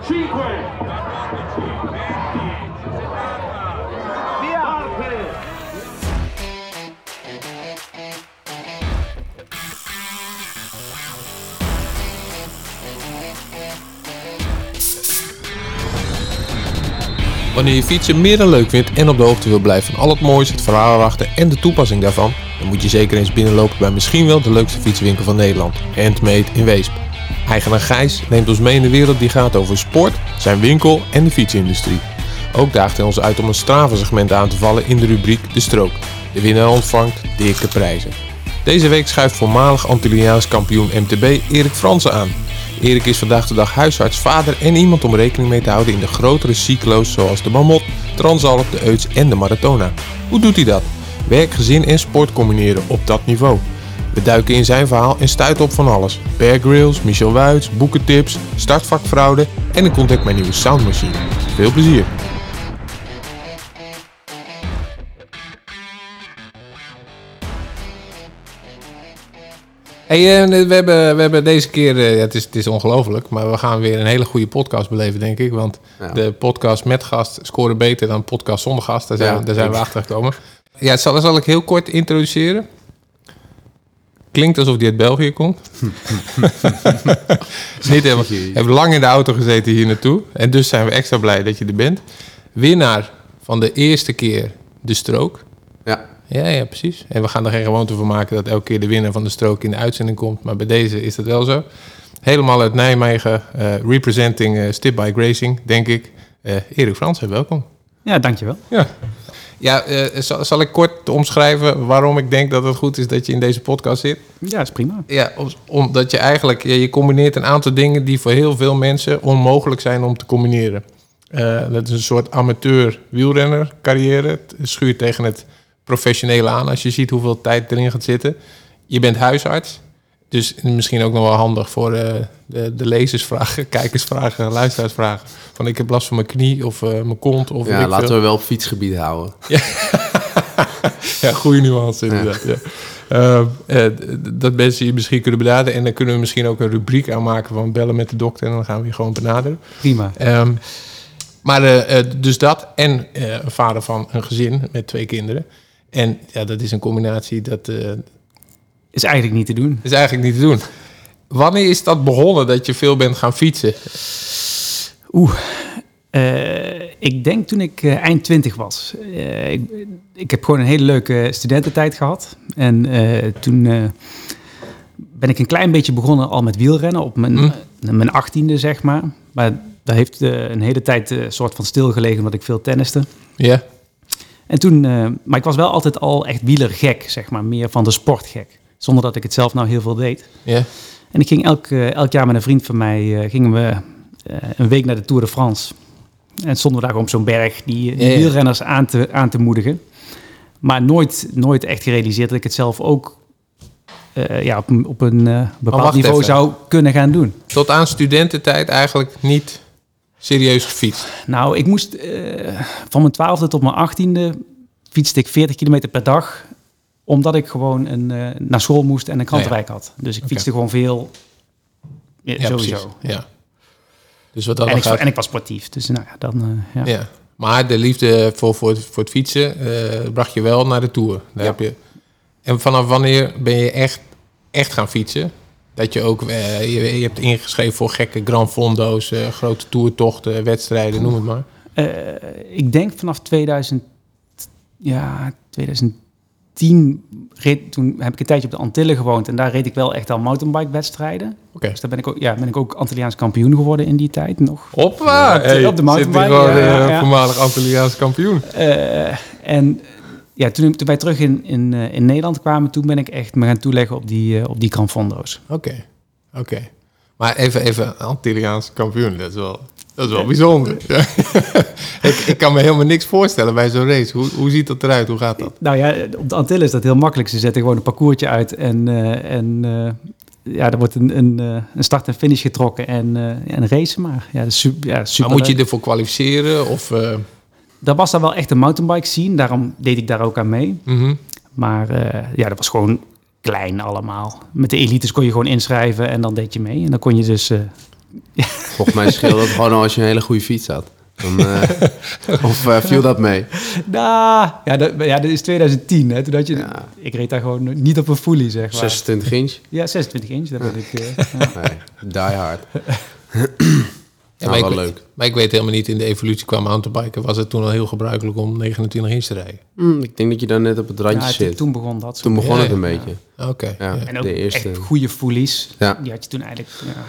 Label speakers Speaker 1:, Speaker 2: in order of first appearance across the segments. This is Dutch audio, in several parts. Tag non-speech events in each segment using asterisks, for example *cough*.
Speaker 1: 5, 10, parte.
Speaker 2: Wanneer je fietsen meer dan leuk vindt en op de hoogte wil blijven van al het moois, het verhaal erachter en de toepassing daarvan, dan moet je zeker eens binnenlopen bij misschien wel de leukste fietswinkel van Nederland, Handmade in Weesp. Eigenaar Gijs neemt ons mee in de wereld die gaat over sport, zijn winkel en de fietsindustrie. Ook daagt hij ons uit om een Strava-segment aan te vallen in de rubriek De Strook. De winnaar ontvangt dikke prijzen. Deze week schuift voormalig Antilliaans kampioen MTB Erik Fransen aan. Erik is vandaag de dag huisarts, vader en iemand om rekening mee te houden in de grotere cyclo's zoals de Mammoth, Transalp, de Euts en de Maratona. Hoe doet hij dat? Werk, gezin en sport combineren op dat niveau. We duiken in zijn verhaal en stuiten op van alles. Bear Grylls, Michel Wuits, boekentips, startvakfraude en ik ontdek mijn nieuwe soundmachine. Veel plezier! Hey, eh, we, hebben, we hebben deze keer, eh, ja, het is, het is ongelooflijk, maar we gaan weer een hele goede podcast beleven, denk ik. Want de podcast met gast scoren beter dan podcast zonder gast. Daar zijn,
Speaker 3: Ja,
Speaker 2: we- daar zijn we
Speaker 3: ik-
Speaker 2: achter gekomen. Ja, zal, zal ik heel kort introduceren? Klinkt alsof die uit België komt. is niet helemaal. We hebben lang in de auto gezeten hier naartoe. En dus zijn we extra blij dat je er bent. Winnaar van de eerste keer de strook.
Speaker 3: Ja,
Speaker 2: Ja, ja, precies. En we gaan er geen gewoonte van maken dat elke keer de winnaar van de strook in de uitzending komt. Maar bij deze is dat wel zo. Helemaal uit Nijmegen, eh, representing eh, Stip by Gracing, denk ik. Eh, Erik Fransen, welkom.
Speaker 4: Ja, dankjewel.
Speaker 2: Ja, ja eh, zal, zal ik kort omschrijven waarom ik denk dat het goed is dat je in deze podcast zit?
Speaker 4: Ja, is prima.
Speaker 2: Ja, om- omdat je eigenlijk, ja, je combineert een aantal dingen die voor heel veel mensen onmogelijk zijn om te combineren. Eh, dat is een soort amateur wielrenner carrière. Het schuurt tegen het professionele aan als je ziet hoeveel tijd erin gaat zitten. Je bent huisarts, dus misschien ook nog wel handig voor eh, de, de lezersvragen, *laughs* kijkersvragen, luisteraarsvragen. Van ik heb last van mijn knie of eh, mijn kont of weet
Speaker 3: ja
Speaker 2: ik
Speaker 3: laten
Speaker 2: veel.
Speaker 3: we wel op fietsgebied houden.
Speaker 2: Ja, goede nuance inderdaad. Ja. Eh, eh, d- d- dat mensen je misschien kunnen benaderen. En dan kunnen we misschien ook een rubriek aanmaken van bellen met de dokter. En dan gaan we je gewoon benaderen.
Speaker 4: Prima.
Speaker 2: Ehm, maar eh, eh, dus dat en eh, een vader van een gezin met twee kinderen. En ja, dat is een combinatie dat eh,
Speaker 4: Is eigenlijk niet te doen.
Speaker 2: is eigenlijk niet te doen. Wanneer is dat begonnen dat je veel bent gaan fietsen?
Speaker 4: Eh, ik denk toen ik eh, eind twintig was. Eh, ik, ik heb gewoon een hele leuke studententijd gehad. En eh, toen eh, ben ik een klein beetje begonnen al met wielrennen. Op mijn,
Speaker 2: Hm.
Speaker 4: eh, mijn achttiende, zeg maar. Maar daar heeft eh, een hele tijd eh, soort van stilgelegen omdat ik veel tenniste.
Speaker 2: Ja,
Speaker 4: En toen, eh, maar ik was wel altijd al echt wielergek, zeg maar. Meer van de sportgek. Zonder dat ik het zelf nou heel veel deed.
Speaker 2: ja,
Speaker 4: En ik ging elk, eh, elk jaar met een vriend van mij eh, gingen we eh, een week naar de Tour de France. En stonden we daar op zo'n berg die, eh, die
Speaker 2: Ja, ja.
Speaker 4: wielrenners aan te, aan te moedigen. Maar nooit, nooit echt gerealiseerd dat ik het zelf ook eh, ja, op, een- op een eh, bepaald
Speaker 2: Oh, wacht
Speaker 4: niveau
Speaker 2: even.
Speaker 4: zou kunnen gaan doen.
Speaker 2: tot aan studententijd eigenlijk niet serieus gefietst.
Speaker 4: Nou, ik moest eh, van mijn twaalfde tot mijn achttiende fietste ik 40 kilometer per dag. Omdat ik gewoon een, eh, naar school moest en een krantenwijk had. Dus ik fietste gewoon veel. Ja,
Speaker 2: Ja,
Speaker 4: sowieso.
Speaker 2: precies. Ja. Dus wat dat
Speaker 4: En ik,
Speaker 2: betreft-
Speaker 4: en ik was sportief, dus nou ja, dan... eh, ja.
Speaker 2: Ja. Maar de liefde voor, voor, het- voor het fietsen eh, bracht je wel naar de Tour. Daar heb je... En vanaf wanneer ben je echt, echt gaan fietsen? Dat je ook eh, je, je hebt ingeschreven voor gekke Grand Fondo's, eh, grote toertochten, wedstrijden, noem het maar.
Speaker 4: Eh, ik denk vanaf 2000, ja, 2010, reed, toen heb ik een tijdje op de Antillen gewoond. En daar reed ik wel echt al mountainbike-wedstrijden.
Speaker 2: Oké.
Speaker 4: Dus daar ben ik ook, ja, ben ik ook Antilliaans kampioen geworden in die tijd nog.
Speaker 2: Op waar?
Speaker 4: op de- op de mountainbike,
Speaker 2: Zit hier gewoon
Speaker 4: ja, ja,
Speaker 2: eh,
Speaker 4: ja.
Speaker 2: voormalig Antilliaans kampioen.
Speaker 4: Eh, en ja, toen, toen wij terug in, in, eh, in Nederland kwamen, toen ben ik echt me gaan toeleggen op die, eh, op die Granfondo's.
Speaker 2: Oké, oké. Maar even, even Antilliaans kampioen, dat is wel, dat is wel
Speaker 4: *laughs*
Speaker 2: bijzonder. *laughs* Ja. ik, ik kan me helemaal niks voorstellen bij zo'n race. Hoe, hoe ziet dat eruit? Hoe gaat dat?
Speaker 4: Nou ja, op de Antillen is dat heel makkelijk. Ze zetten gewoon een parcoursje uit en, eh, en eh, ja, er wordt een, een, eh, een start en finish getrokken en, eh en racen maar. Ja, dat is super, ja, super
Speaker 2: Maar moet je ervoor kwalificeren? Of, eh,
Speaker 4: Daar was dan wel echt een mountainbike scene, daarom deed ik daar ook aan mee.
Speaker 2: mhm.
Speaker 4: Maar eh, ja, dat was gewoon klein allemaal. Met de elites kon je gewoon inschrijven en dan deed je mee. En dan kon je dus eh,
Speaker 3: Volgens mij scheelde het gewoon al als je een hele goede fiets had. Dan, eh, of eh, viel dat mee?
Speaker 4: Nou, ja, dat, ja, dat is 2010. Hè, toen had je,
Speaker 3: Ja.
Speaker 4: Ik reed daar gewoon niet op een foelie, zeg maar.
Speaker 3: 26 inch?
Speaker 4: Ja, 26 inch, dat weet
Speaker 3: *laughs*
Speaker 4: ik. eh, ja.
Speaker 3: Nee, die hard. *clears throat*
Speaker 2: Ja,
Speaker 3: Nou,
Speaker 2: maar, ik
Speaker 3: wel
Speaker 2: weet,
Speaker 3: leuk.
Speaker 2: maar ik weet helemaal niet, in de evolutie qua mountainbiken was het toen al heel gebruikelijk om 29 inch te rijden.
Speaker 3: Hm, ik denk dat je daar net op het randje
Speaker 4: Ja,
Speaker 3: zit. Toen,
Speaker 4: toen begon dat. zo.
Speaker 3: begon
Speaker 2: Ja,
Speaker 3: het een
Speaker 2: ja.
Speaker 3: beetje.
Speaker 2: Oké.
Speaker 3: Ja,
Speaker 2: ja.
Speaker 4: En ook
Speaker 3: de eerste.
Speaker 4: echt goede foelies.
Speaker 3: Ja.
Speaker 4: Die had je toen eigenlijk... Ja.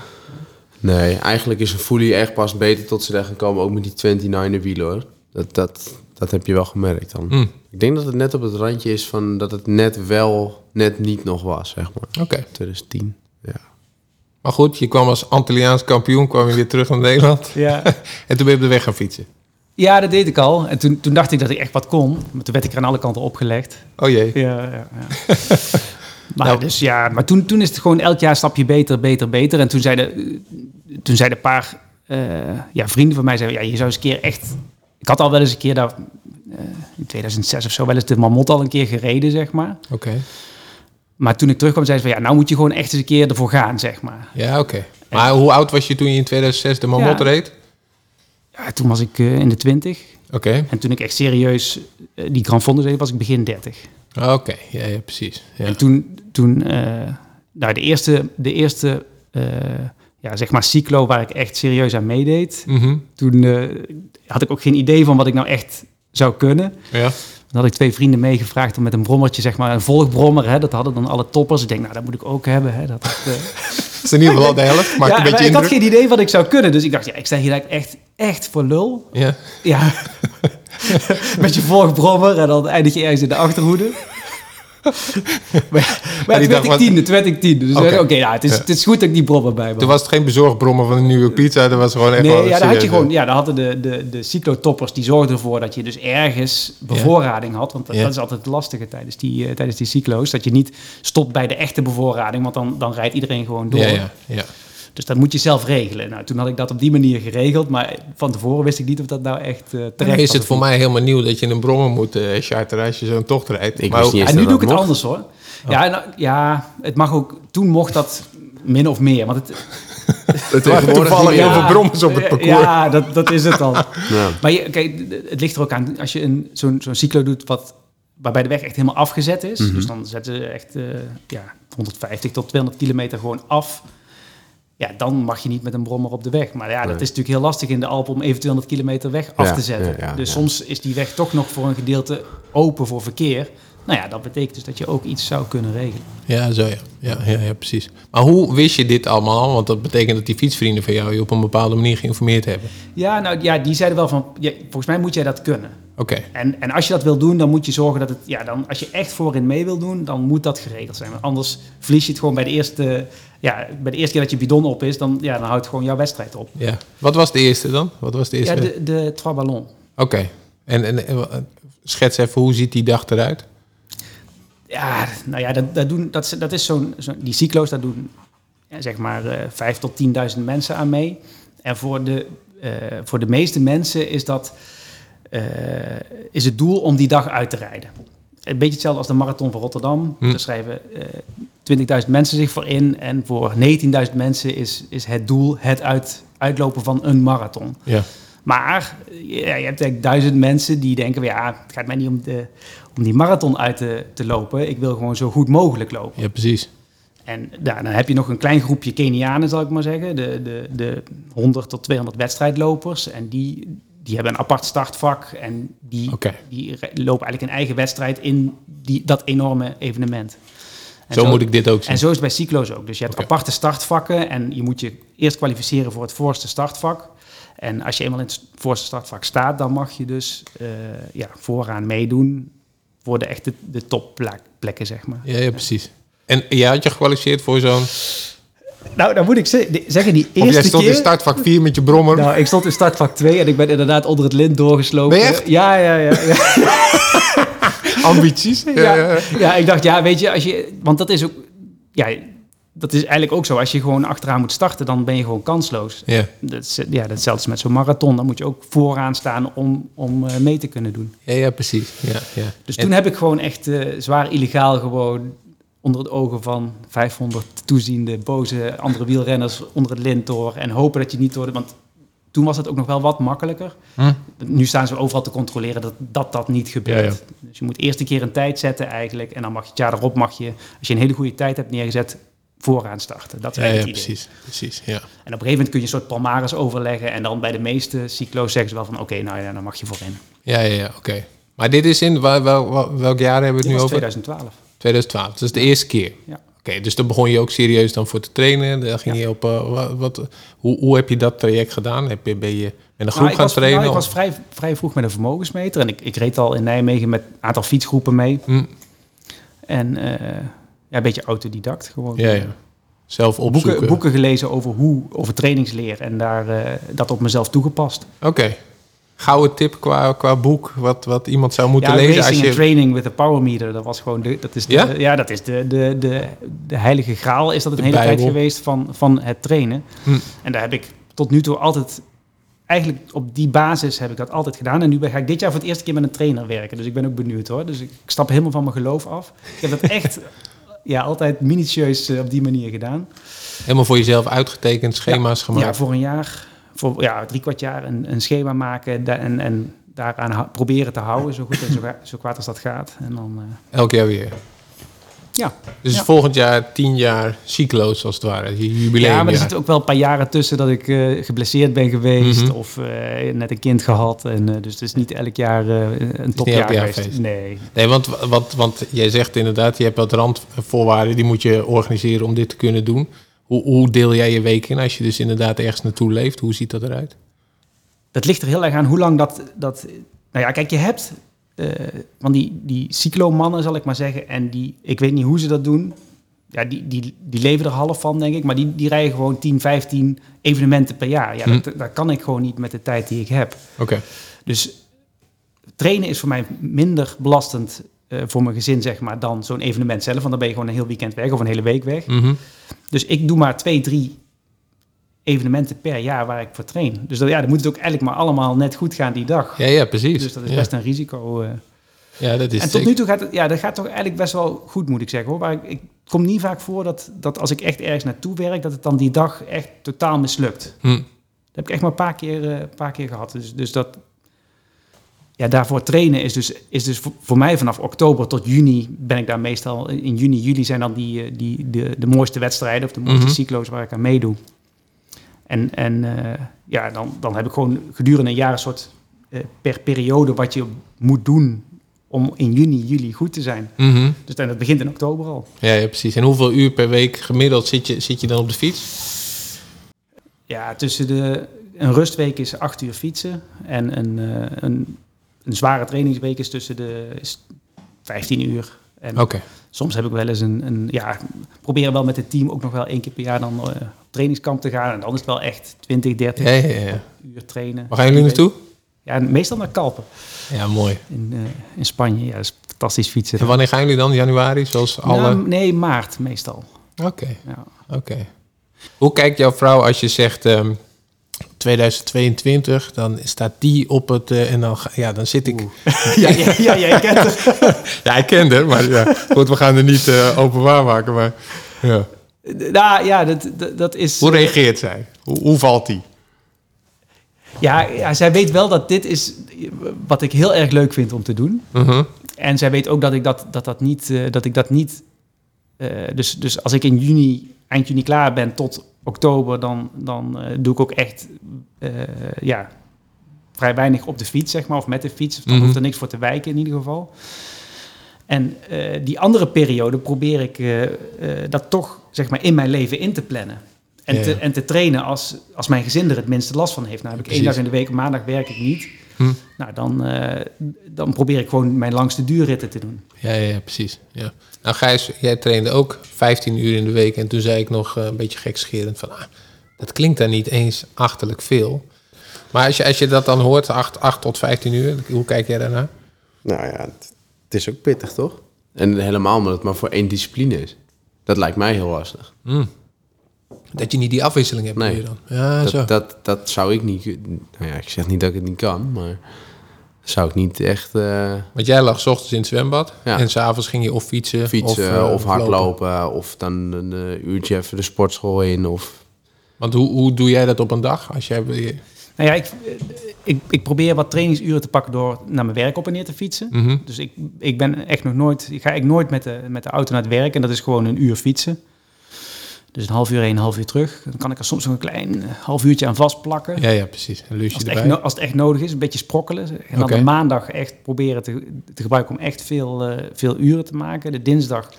Speaker 3: Nee, eigenlijk is een fully echt pas beter tot z'n recht gekomen. Ook met die 29 wielen hoor. Dat, dat, dat heb je wel gemerkt dan.
Speaker 2: Hm.
Speaker 3: Ik denk dat het net op het randje is van dat het net wel, net niet nog was, zeg maar.
Speaker 2: Oké.
Speaker 3: 2010. Ja.
Speaker 2: Maar goed, je kwam als Antilliaans kampioen, kwam je weer terug naar Nederland.
Speaker 4: Ja.
Speaker 2: *laughs* En toen ben je op de weg gaan fietsen.
Speaker 4: ja, dat deed ik al. En toen, toen dacht ik dat ik echt wat kon. Maar toen werd ik er aan alle kanten opgelegd.
Speaker 2: Oh jee.
Speaker 4: Ja, ja, ja. maar, dus, ja, maar toen, toen is het gewoon elk jaar een stapje beter, beter, beter. En toen zeiden, eh, toen zeiden een paar eh, ja, vrienden van mij, zeiden, ja, je zou eens een keer echt... Ik had al wel eens een keer, daar, eh, in 2006 of zo, wel eens de Marmot al een keer gereden, zeg maar.
Speaker 2: Oké.
Speaker 4: Maar toen ik terugkwam, zeiden ze van, ja, nou moet je gewoon echt eens een keer ervoor gaan, zeg maar.
Speaker 2: Ja, oké. Maar hoe oud was je toen je in 2006 de Marmot
Speaker 4: Ja.
Speaker 2: reed?
Speaker 4: Ja, toen was ik eh, in de twintig.
Speaker 2: Oké.
Speaker 4: En toen ik echt serieus eh, die Grand Fonde deed, was ik begin dertig.
Speaker 2: Ah, Oké, ja, ja, precies. Ja.
Speaker 4: En toen, toen eh, nou, de eerste, de eerste eh, ja, zeg maar cyclo waar ik echt serieus aan meedeed,
Speaker 2: Mhm.
Speaker 4: toen eh, had ik ook geen idee van wat ik nou echt zou kunnen.
Speaker 2: ja.
Speaker 4: Dan had ik twee vrienden meegevraagd om met een brommertje, zeg maar, een volgbrommer, hè, dat hadden dan alle toppers. Ik denk, nou, dat moet ik ook hebben. Hè, dat,
Speaker 2: *laughs*
Speaker 4: eh.
Speaker 2: Dat is in ieder geval al de helft. Maakt
Speaker 4: Ja,
Speaker 2: een
Speaker 4: maar
Speaker 2: beetje
Speaker 4: ik had
Speaker 2: indruk.
Speaker 4: geen idee wat ik zou kunnen, dus ik dacht, ja, ik sta hier eigenlijk echt, echt voor lul.
Speaker 2: Ja.
Speaker 4: Ja. *laughs* Met je volgbrommer en dan eindig je ergens in de
Speaker 2: *laughs*
Speaker 4: achterhoede. maar maar toen
Speaker 2: die dacht,
Speaker 4: werd ik
Speaker 2: wat-
Speaker 4: tiende, toen werd ik tiende. Dus
Speaker 2: Oké.
Speaker 4: oké, nou, het, is,
Speaker 2: Ja.
Speaker 4: het is goed dat ik die brommer bij me
Speaker 2: Toen
Speaker 4: had.
Speaker 2: was het geen bezorgbrommen van een nieuwe pizza. Dat was gewoon echt wel
Speaker 4: Nee, ja, dan had je
Speaker 2: serieus.
Speaker 4: gewoon, ja, dan hadden de, de, de cyclotoppers, die zorgden ervoor dat je dus ergens bevoorrading had. Want dat,
Speaker 2: Ja.
Speaker 4: dat is altijd het lastige tijdens die, eh, tijdens die cyclo's. Dat je niet stopt bij de echte bevoorrading, want dan, dan rijdt iedereen gewoon door.
Speaker 2: Ja, ja, ja.
Speaker 4: Dus dat moet je zelf regelen. Nou, toen had ik dat op die manier geregeld, maar van tevoren wist ik niet of dat nou echt eh, terecht
Speaker 2: Dan
Speaker 4: was
Speaker 2: is het
Speaker 4: of
Speaker 2: voor mij helemaal nieuw dat je een brommer moet eh charteren als je zo'n tocht rijdt.
Speaker 3: Ik
Speaker 2: maar
Speaker 3: wist
Speaker 2: hoe-
Speaker 3: niet
Speaker 4: En nu
Speaker 3: dat
Speaker 4: doe ik
Speaker 3: dat
Speaker 4: het
Speaker 3: mocht?
Speaker 4: anders hoor.
Speaker 2: Oh.
Speaker 4: Ja, nou, ja, het mag ook. Toen mocht dat min of meer. Want het,
Speaker 3: Het
Speaker 2: waren toevallig heel
Speaker 4: ja,
Speaker 2: veel brommers op het
Speaker 4: eh,
Speaker 2: parcours.
Speaker 4: Ja, dat, dat is het al.
Speaker 3: Ja.
Speaker 4: Maar je, kijk, het ligt er ook aan. Als je een- zo'n zo'n cyclo doet wat, waarbij de weg echt helemaal afgezet is.
Speaker 3: Mhm.
Speaker 4: Dus dan zetten ze echt eh, ja, 150 tot 200 kilometer gewoon af. Ja, dan mag je niet met een brommer op de weg. Maar ja, dat is natuurlijk heel lastig in de Alpen om even 200 kilometer weg af
Speaker 3: Ja,
Speaker 4: te zetten.
Speaker 3: ja, ja,
Speaker 4: dus
Speaker 3: ja.
Speaker 4: soms is die weg toch nog voor een gedeelte open voor verkeer. Nou ja, dat betekent dus dat je ook iets zou kunnen regelen.
Speaker 2: Ja, zo ja. Ja, ja, ja, precies. Maar hoe wist je dit allemaal? Want dat betekent dat die fietsvrienden van jou je op een bepaalde manier geïnformeerd hebben.
Speaker 4: Ja, nou ja, die zeiden wel van, ja, volgens mij moet jij dat kunnen.
Speaker 2: Oké,
Speaker 4: En, en als je dat wil doen, dan moet je zorgen dat het, ja, dan als je echt voorin mee wil doen, dan moet dat geregeld zijn. Want anders verlies je het gewoon bij de eerste, ja, bij de eerste keer dat je bidon op is, dan, ja, dan houdt gewoon jouw wedstrijd op.
Speaker 2: ja. Wat was de eerste dan? Wat was de
Speaker 4: Ja,
Speaker 2: eerste?
Speaker 4: de, de trois ballons.
Speaker 2: Oké. En, en, en schets even, hoe ziet die dag eruit?
Speaker 4: Ja, nou ja, dat, dat, doen, dat, is- dat is zo'n, zo'n- die cyclo's, daar doen ja, zeg maar eh 5 tot 10.000 mensen aan mee. En voor de, eh, voor de meeste mensen is dat eh, is het doel om die dag uit te rijden. Een beetje hetzelfde als de Marathon van Rotterdam.
Speaker 2: Hm.
Speaker 4: Daar schrijven eh 20.000 mensen zich voor in. En voor 19.000 mensen is, is het doel het uit, uitlopen van een marathon.
Speaker 2: Ja.
Speaker 4: Maar ja, je hebt eigenlijk duizend mensen die denken... van, ja, het gaat mij niet om, de, om die marathon uit te, te lopen. Ik wil gewoon zo goed mogelijk lopen.
Speaker 2: Ja, precies.
Speaker 4: En ja, dan heb je nog een klein groepje Kenianen, zal ik maar zeggen. De, de, de 100 tot 200 wedstrijdlopers. En die, die hebben een apart startvak. En die,
Speaker 2: Oké.
Speaker 4: die re- lopen eigenlijk een eigen wedstrijd in die, dat enorme evenement. En
Speaker 2: Zo, moet ik dit ook zien.
Speaker 4: en zo is het bij cyclo's ook. Dus je hebt
Speaker 2: Oké.
Speaker 4: aparte startvakken en je moet je eerst kwalificeren voor het voorste startvak. En als je eenmaal in het voorste startvak staat, dan mag je dus eh, ja, vooraan meedoen voor de echte de topplekken, zeg maar.
Speaker 2: Ja, ja, precies. En jij had je gekwalificeerd voor zo'n...
Speaker 4: Nou, dan moet ik ze- de- zeggen, die eerste
Speaker 2: Of jij stond
Speaker 4: keer...
Speaker 2: in startvak 4 met je brommer.
Speaker 4: Nou, ik stond in startvak 2 en ik ben inderdaad onder het lint doorgeslopen.
Speaker 2: Ben je echt?
Speaker 4: Ja, ja, ja.
Speaker 2: *laughs*
Speaker 4: ja.
Speaker 2: Ambities.
Speaker 4: Ja, ja. ik dacht, ja, weet je, als je, want dat is ook, ja, dat is eigenlijk ook zo. Als je gewoon achteraan moet starten, dan ben je gewoon kansloos.
Speaker 2: Ja.
Speaker 4: Dat is, ja, datzelfde is met zo'n marathon. Dan moet je ook vooraan staan om, om eh, mee te kunnen doen.
Speaker 2: Ja, ja, precies. Ja, ja.
Speaker 4: Dus
Speaker 2: En-
Speaker 4: toen heb ik gewoon echt eh, zwaar illegaal gewoon onder de ogen van 500 toeziende, boze andere wielrenners onder het lint door. En hopen dat je niet door... de- Want toen was het ook nog wel wat makkelijker.
Speaker 2: Hm.
Speaker 4: Nu staan ze overal te controleren dat dat, dat niet gebeurt.
Speaker 2: Ja,
Speaker 4: Dus je moet eerst een keer een tijd zetten eigenlijk. En dan mag je het jaar daarop mag je, als je een hele goede tijd hebt neergezet, vooraan starten. Dat is
Speaker 2: Ja, ja
Speaker 4: eigenlijk het idee.
Speaker 2: precies. precies ja.
Speaker 4: En op een gegeven moment kun je een soort palmares overleggen. En dan bij de meeste cyclo's zeggen ze wel van oké, nou ja, dan mag je voorin.
Speaker 2: Ja, ja, ja oké. Maar dit is in, wel, wel, wel- welk jaar hebben we
Speaker 4: Dit
Speaker 2: het nu
Speaker 4: was
Speaker 2: over?
Speaker 4: 2012.
Speaker 2: 2012. Dat is de eerste keer.
Speaker 4: Ja.
Speaker 2: Oké, dus dan begon je ook serieus dan voor te trainen. Daar ging je op. eh, wa- wat, hoe, hoe heb je dat traject gedaan? Heb je, ben je met een groep
Speaker 4: Nou, ik
Speaker 2: gaan
Speaker 4: was,
Speaker 2: trainen?
Speaker 4: nou, ik
Speaker 2: of-
Speaker 4: was vrij, vrij vroeg met een vermogensmeter. En ik, ik reed al in Nijmegen met een aantal fietsgroepen mee.
Speaker 2: Hm.
Speaker 4: En eh, ja, een beetje autodidact gewoon.
Speaker 2: Ja, ja. Zelf opzoeken.
Speaker 4: Boeken, boeken gelezen over hoe, over trainingsleer en daar, eh, dat op mezelf toegepast.
Speaker 2: Oké. Gouden tip qua, qua boek, wat, wat iemand zou moeten
Speaker 4: ja,
Speaker 2: lezen als
Speaker 4: racing
Speaker 2: je...
Speaker 4: en training with a power meter, dat was gewoon de, dat is de,
Speaker 2: Ja?
Speaker 4: ja? dat is de, de, de, de heilige graal is dat een
Speaker 2: De
Speaker 4: hele tijd
Speaker 2: Bijbel.
Speaker 4: geweest van, van het trainen.
Speaker 2: Hm.
Speaker 4: En daar heb ik tot nu toe altijd, eigenlijk op die basis heb ik dat altijd gedaan. En nu ben- ga ik dit jaar voor het eerste keer met een trainer werken, dus ik ben ook benieuwd hoor. Dus ik stap helemaal van mijn geloof af. Ik heb
Speaker 2: *laughs*
Speaker 4: dat echt, ja, altijd minutieus eh, op die manier gedaan.
Speaker 2: Helemaal voor jezelf uitgetekend, schema's
Speaker 4: Ja,
Speaker 2: gemaakt.
Speaker 4: voor een jaar, voor ja, drie kwart jaar een, een schema maken da- en, en daaraan hou- proberen te houden, zo goed
Speaker 2: *laughs*
Speaker 4: en zo, ga- zo kwaad als dat gaat. En dan, eh,
Speaker 2: Elk jaar weer.
Speaker 4: ja.
Speaker 2: Dus
Speaker 4: Ja.
Speaker 2: volgend jaar tien jaar cyclo's als het ware. Je Jubileumjaar.
Speaker 4: ja, maar er zitten ook wel een paar jaren tussen dat ik eh, geblesseerd ben geweest
Speaker 2: Mhm.
Speaker 4: of eh, net een kind gehad. En, eh, dus het is niet elk jaar eh, een topjaar
Speaker 2: elk jaar
Speaker 4: geweest.
Speaker 2: feest.
Speaker 4: Nee,
Speaker 2: Nee, want, want, want jij zegt inderdaad, je hebt wat randvoorwaarden, die moet je organiseren om dit te kunnen doen. Hoe, hoe deel jij je week in als je dus inderdaad ergens naartoe leeft? Hoe ziet dat eruit?
Speaker 4: dat ligt er heel erg aan hoe lang dat, dat... Nou ja, kijk, je hebt eh, van die, die cyclomannen, zal ik maar zeggen... en die, ik weet niet hoe ze dat doen... Ja, die, die, die leven er half van, denk ik. Maar die, die rijden gewoon 10, 15 evenementen per jaar. Ja,
Speaker 2: Hm.
Speaker 4: dat, dat kan ik gewoon niet met de tijd die ik heb.
Speaker 2: Oké.
Speaker 4: Dus trainen is voor mij minder belastend eh, voor mijn gezin, zeg maar... dan zo'n evenement zelf. Want dan ben je gewoon een heel weekend weg of een hele week weg.
Speaker 2: Mhm.
Speaker 4: Dus ik doe maar twee, drie evenementen per jaar waar ik voor train. Dus dan, ja, dan moet het ook eigenlijk maar allemaal net goed gaan die dag.
Speaker 2: Ja, ja, precies.
Speaker 4: Dus dat is
Speaker 2: Ja.
Speaker 4: best een risico. eh.
Speaker 2: Ja, dat is
Speaker 4: en tot
Speaker 2: zeker-
Speaker 4: nu toe gaat het, ja, dat gaat toch eigenlijk best wel goed, moet ik zeggen. Hoor. Maar ik, ik kom niet vaak voor dat, dat als ik echt ergens naartoe werk, dat het dan die dag echt totaal mislukt.
Speaker 2: Hm.
Speaker 4: Dat heb ik echt maar een paar keer, eh, een paar keer gehad. Dus, dus dat, ja, daarvoor trainen is dus, is dus voor, voor mij vanaf oktober tot juni ben ik daar meestal. In juni, juli zijn dan die, eh, die, de, de mooiste wedstrijden of de mooiste
Speaker 2: Mhm.
Speaker 4: cyclo's waar ik aan meedoe. En, en eh, ja, dan, dan heb ik gewoon gedurende een jaar een soort eh, per periode wat je moet doen om in juni, juli goed te zijn.
Speaker 2: Mhm.
Speaker 4: Dus dan, dat begint in oktober al.
Speaker 2: ja, ja, precies. En hoeveel uur per week gemiddeld zit je, zit je dan op de fiets?
Speaker 4: Ja, tussen de. Een rustweek is acht uur fietsen. En een, eh, een, een zware trainingsweek is tussen de is 15 uur. En
Speaker 2: Oké.
Speaker 4: soms heb ik wel eens een, een. Ja, proberen wel met het team ook nog wel één keer per jaar dan eh, op trainingskamp te gaan. En dan is het wel echt 20, 30
Speaker 2: Ja, ja, ja, ja.
Speaker 4: uur trainen.
Speaker 2: Waar gaan jullie naartoe?
Speaker 4: Ja, meestal naar Kalpen
Speaker 2: Ja, mooi.
Speaker 4: in, eh, in Spanje. Ja, dat is fantastisch fietsen.
Speaker 2: En wanneer gaan jullie dan? Januari, zoals alle...
Speaker 4: Nou, nee, maart meestal.
Speaker 2: Oké. *laughs*
Speaker 4: Ja.
Speaker 2: Oké. Hoe kijkt jouw vrouw als je zegt ehm, 2022, dan staat die op het... eh, en dan, ga- ja, dan zit ik... *laughs*
Speaker 4: Ja, ja, ja, jij kent het.
Speaker 2: Ja, ik ken haar, maar ja, goed, we gaan er niet eh, openbaar maken. Maar, ja.
Speaker 4: Nou ja, dat, dat, dat is.
Speaker 2: Hoe reageert zij? Hoe, hoe valt die?
Speaker 4: Ja, ja, zij weet wel dat dit is wat ik heel erg leuk vind om te doen.
Speaker 2: Mhm.
Speaker 4: En zij weet ook dat ik dat, dat, dat niet... eh, dat ik dat niet eh, dus, dus als ik in juni, eind juni klaar ben tot oktober... dan, dan eh, doe ik ook echt eh, ja, vrij weinig op de fiets, zeg maar. Of met de fiets. Dan
Speaker 2: Mhm.
Speaker 4: hoeft er niks voor te wijken in ieder geval. En eh, die andere periode probeer ik eh, eh, dat toch zeg maar, in mijn leven in te plannen. En,
Speaker 2: Ja,
Speaker 4: te,
Speaker 2: ja.
Speaker 4: en te trainen als, als mijn gezin er het minste last van heeft. Nou heb ik één
Speaker 2: Precies.
Speaker 4: dag in de week, op maandag werk ik niet.
Speaker 2: Hm.
Speaker 4: Nou, dan, eh, dan probeer ik gewoon mijn langste duurritten te doen.
Speaker 2: Ja, ja, ja, precies. Ja. Nou, Gijs, jij trainde ook 15 uur in de week. En toen zei ik nog eh, een beetje gekscherend van... Ah, dat klinkt daar niet eens achterlijk veel. Maar als je, als je dat dan hoort, 8, 8 tot 15 uur, hoe kijk jij daarna?
Speaker 3: Nou ja, het, het is ook pittig, toch? En helemaal omdat het maar voor één discipline is. Dat lijkt mij heel lastig.
Speaker 2: Ah, Dat je niet die afwisseling hebt
Speaker 3: Nee.
Speaker 2: bedoel je dan. Ja, zo.
Speaker 3: dat, dat, dat zou ik niet... kun- Nou ja, ik zeg niet dat ik het niet kan, maar... zou ik niet echt eh,
Speaker 2: Want jij lag 's ochtends in het zwembad
Speaker 3: Ja.
Speaker 2: en s'avonds ging je of fietsen,
Speaker 3: fietsen
Speaker 2: eh,
Speaker 3: of, hardlopen. Of dan een eh, uurtje even de sportschool in. Of,
Speaker 2: Want hoe, hoe doe jij dat op een dag? Als jij,
Speaker 4: Nou ja, ik, ik, ik probeer wat trainingsuren te pakken door naar mijn werk op en neer te fietsen.
Speaker 2: Mhm.
Speaker 4: Dus ik, ik ben echt nog nooit, ik ga echt nooit met de, met de auto naar het werk en dat is gewoon een uur fietsen. Dus een half uur heen, een half uur terug. Dan kan ik er soms nog een klein eh, half uurtje aan vastplakken.
Speaker 2: Ja, ja, precies. Een
Speaker 4: Als
Speaker 2: lusje
Speaker 4: het,
Speaker 2: erbij.
Speaker 4: echt, no- als het echt nodig is, een beetje sprokkelen. En dan
Speaker 2: Oké.
Speaker 4: de maandag echt proberen te, te gebruiken om echt veel, eh, veel uren te maken. De dinsdag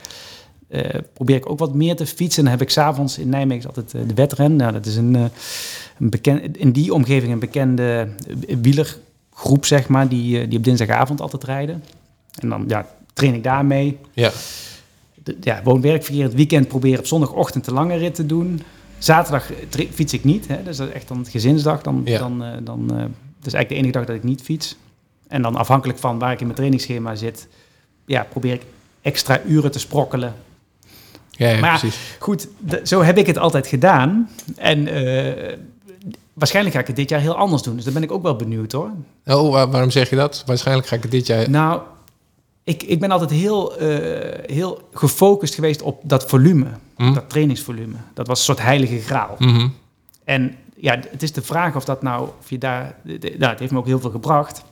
Speaker 4: eh, probeer ik ook wat meer te fietsen. En dan heb ik s'avonds in Nijmegen altijd eh, de wedren. Nou, dat is een, eh, een bekend, in die omgeving een bekende eh, wielergroep, zeg maar, die, eh, die op dinsdagavond altijd rijden. En dan ja, train ik daarmee.
Speaker 2: Ja.
Speaker 4: De- ja, woon-werkverkeer in het weekend proberen op zondagochtend de lange rit te doen. Zaterdag eh, tri- fiets ik niet, hè? dus dat is echt dan het gezinsdag. Dan,
Speaker 2: Ja.
Speaker 4: dan, eh, dan, eh, dat is eigenlijk de enige dag dat ik niet fiets. En dan afhankelijk van waar ik in mijn trainingsschema zit, ja, probeer ik extra uren te sprokkelen.
Speaker 2: Ja, ja,
Speaker 4: Maar-
Speaker 2: precies.
Speaker 4: Goed, d- zo heb ik het altijd gedaan. En eh, waarschijnlijk ga ik het dit jaar heel anders doen. Dus daar ben ik ook wel benieuwd hoor.
Speaker 2: Oh, waar- waarom zeg je dat? Waarschijnlijk ga ik het dit jaar...
Speaker 4: Nou, ik, ik ben altijd heel, eh, heel gefocust geweest op dat volume.
Speaker 2: Hm?
Speaker 4: Dat trainingsvolume. Dat was een soort heilige graal.
Speaker 2: Mhm.
Speaker 4: En ja, het is de vraag of dat nou, of je daar, de- de- nou, het heeft me ook heel veel gebracht.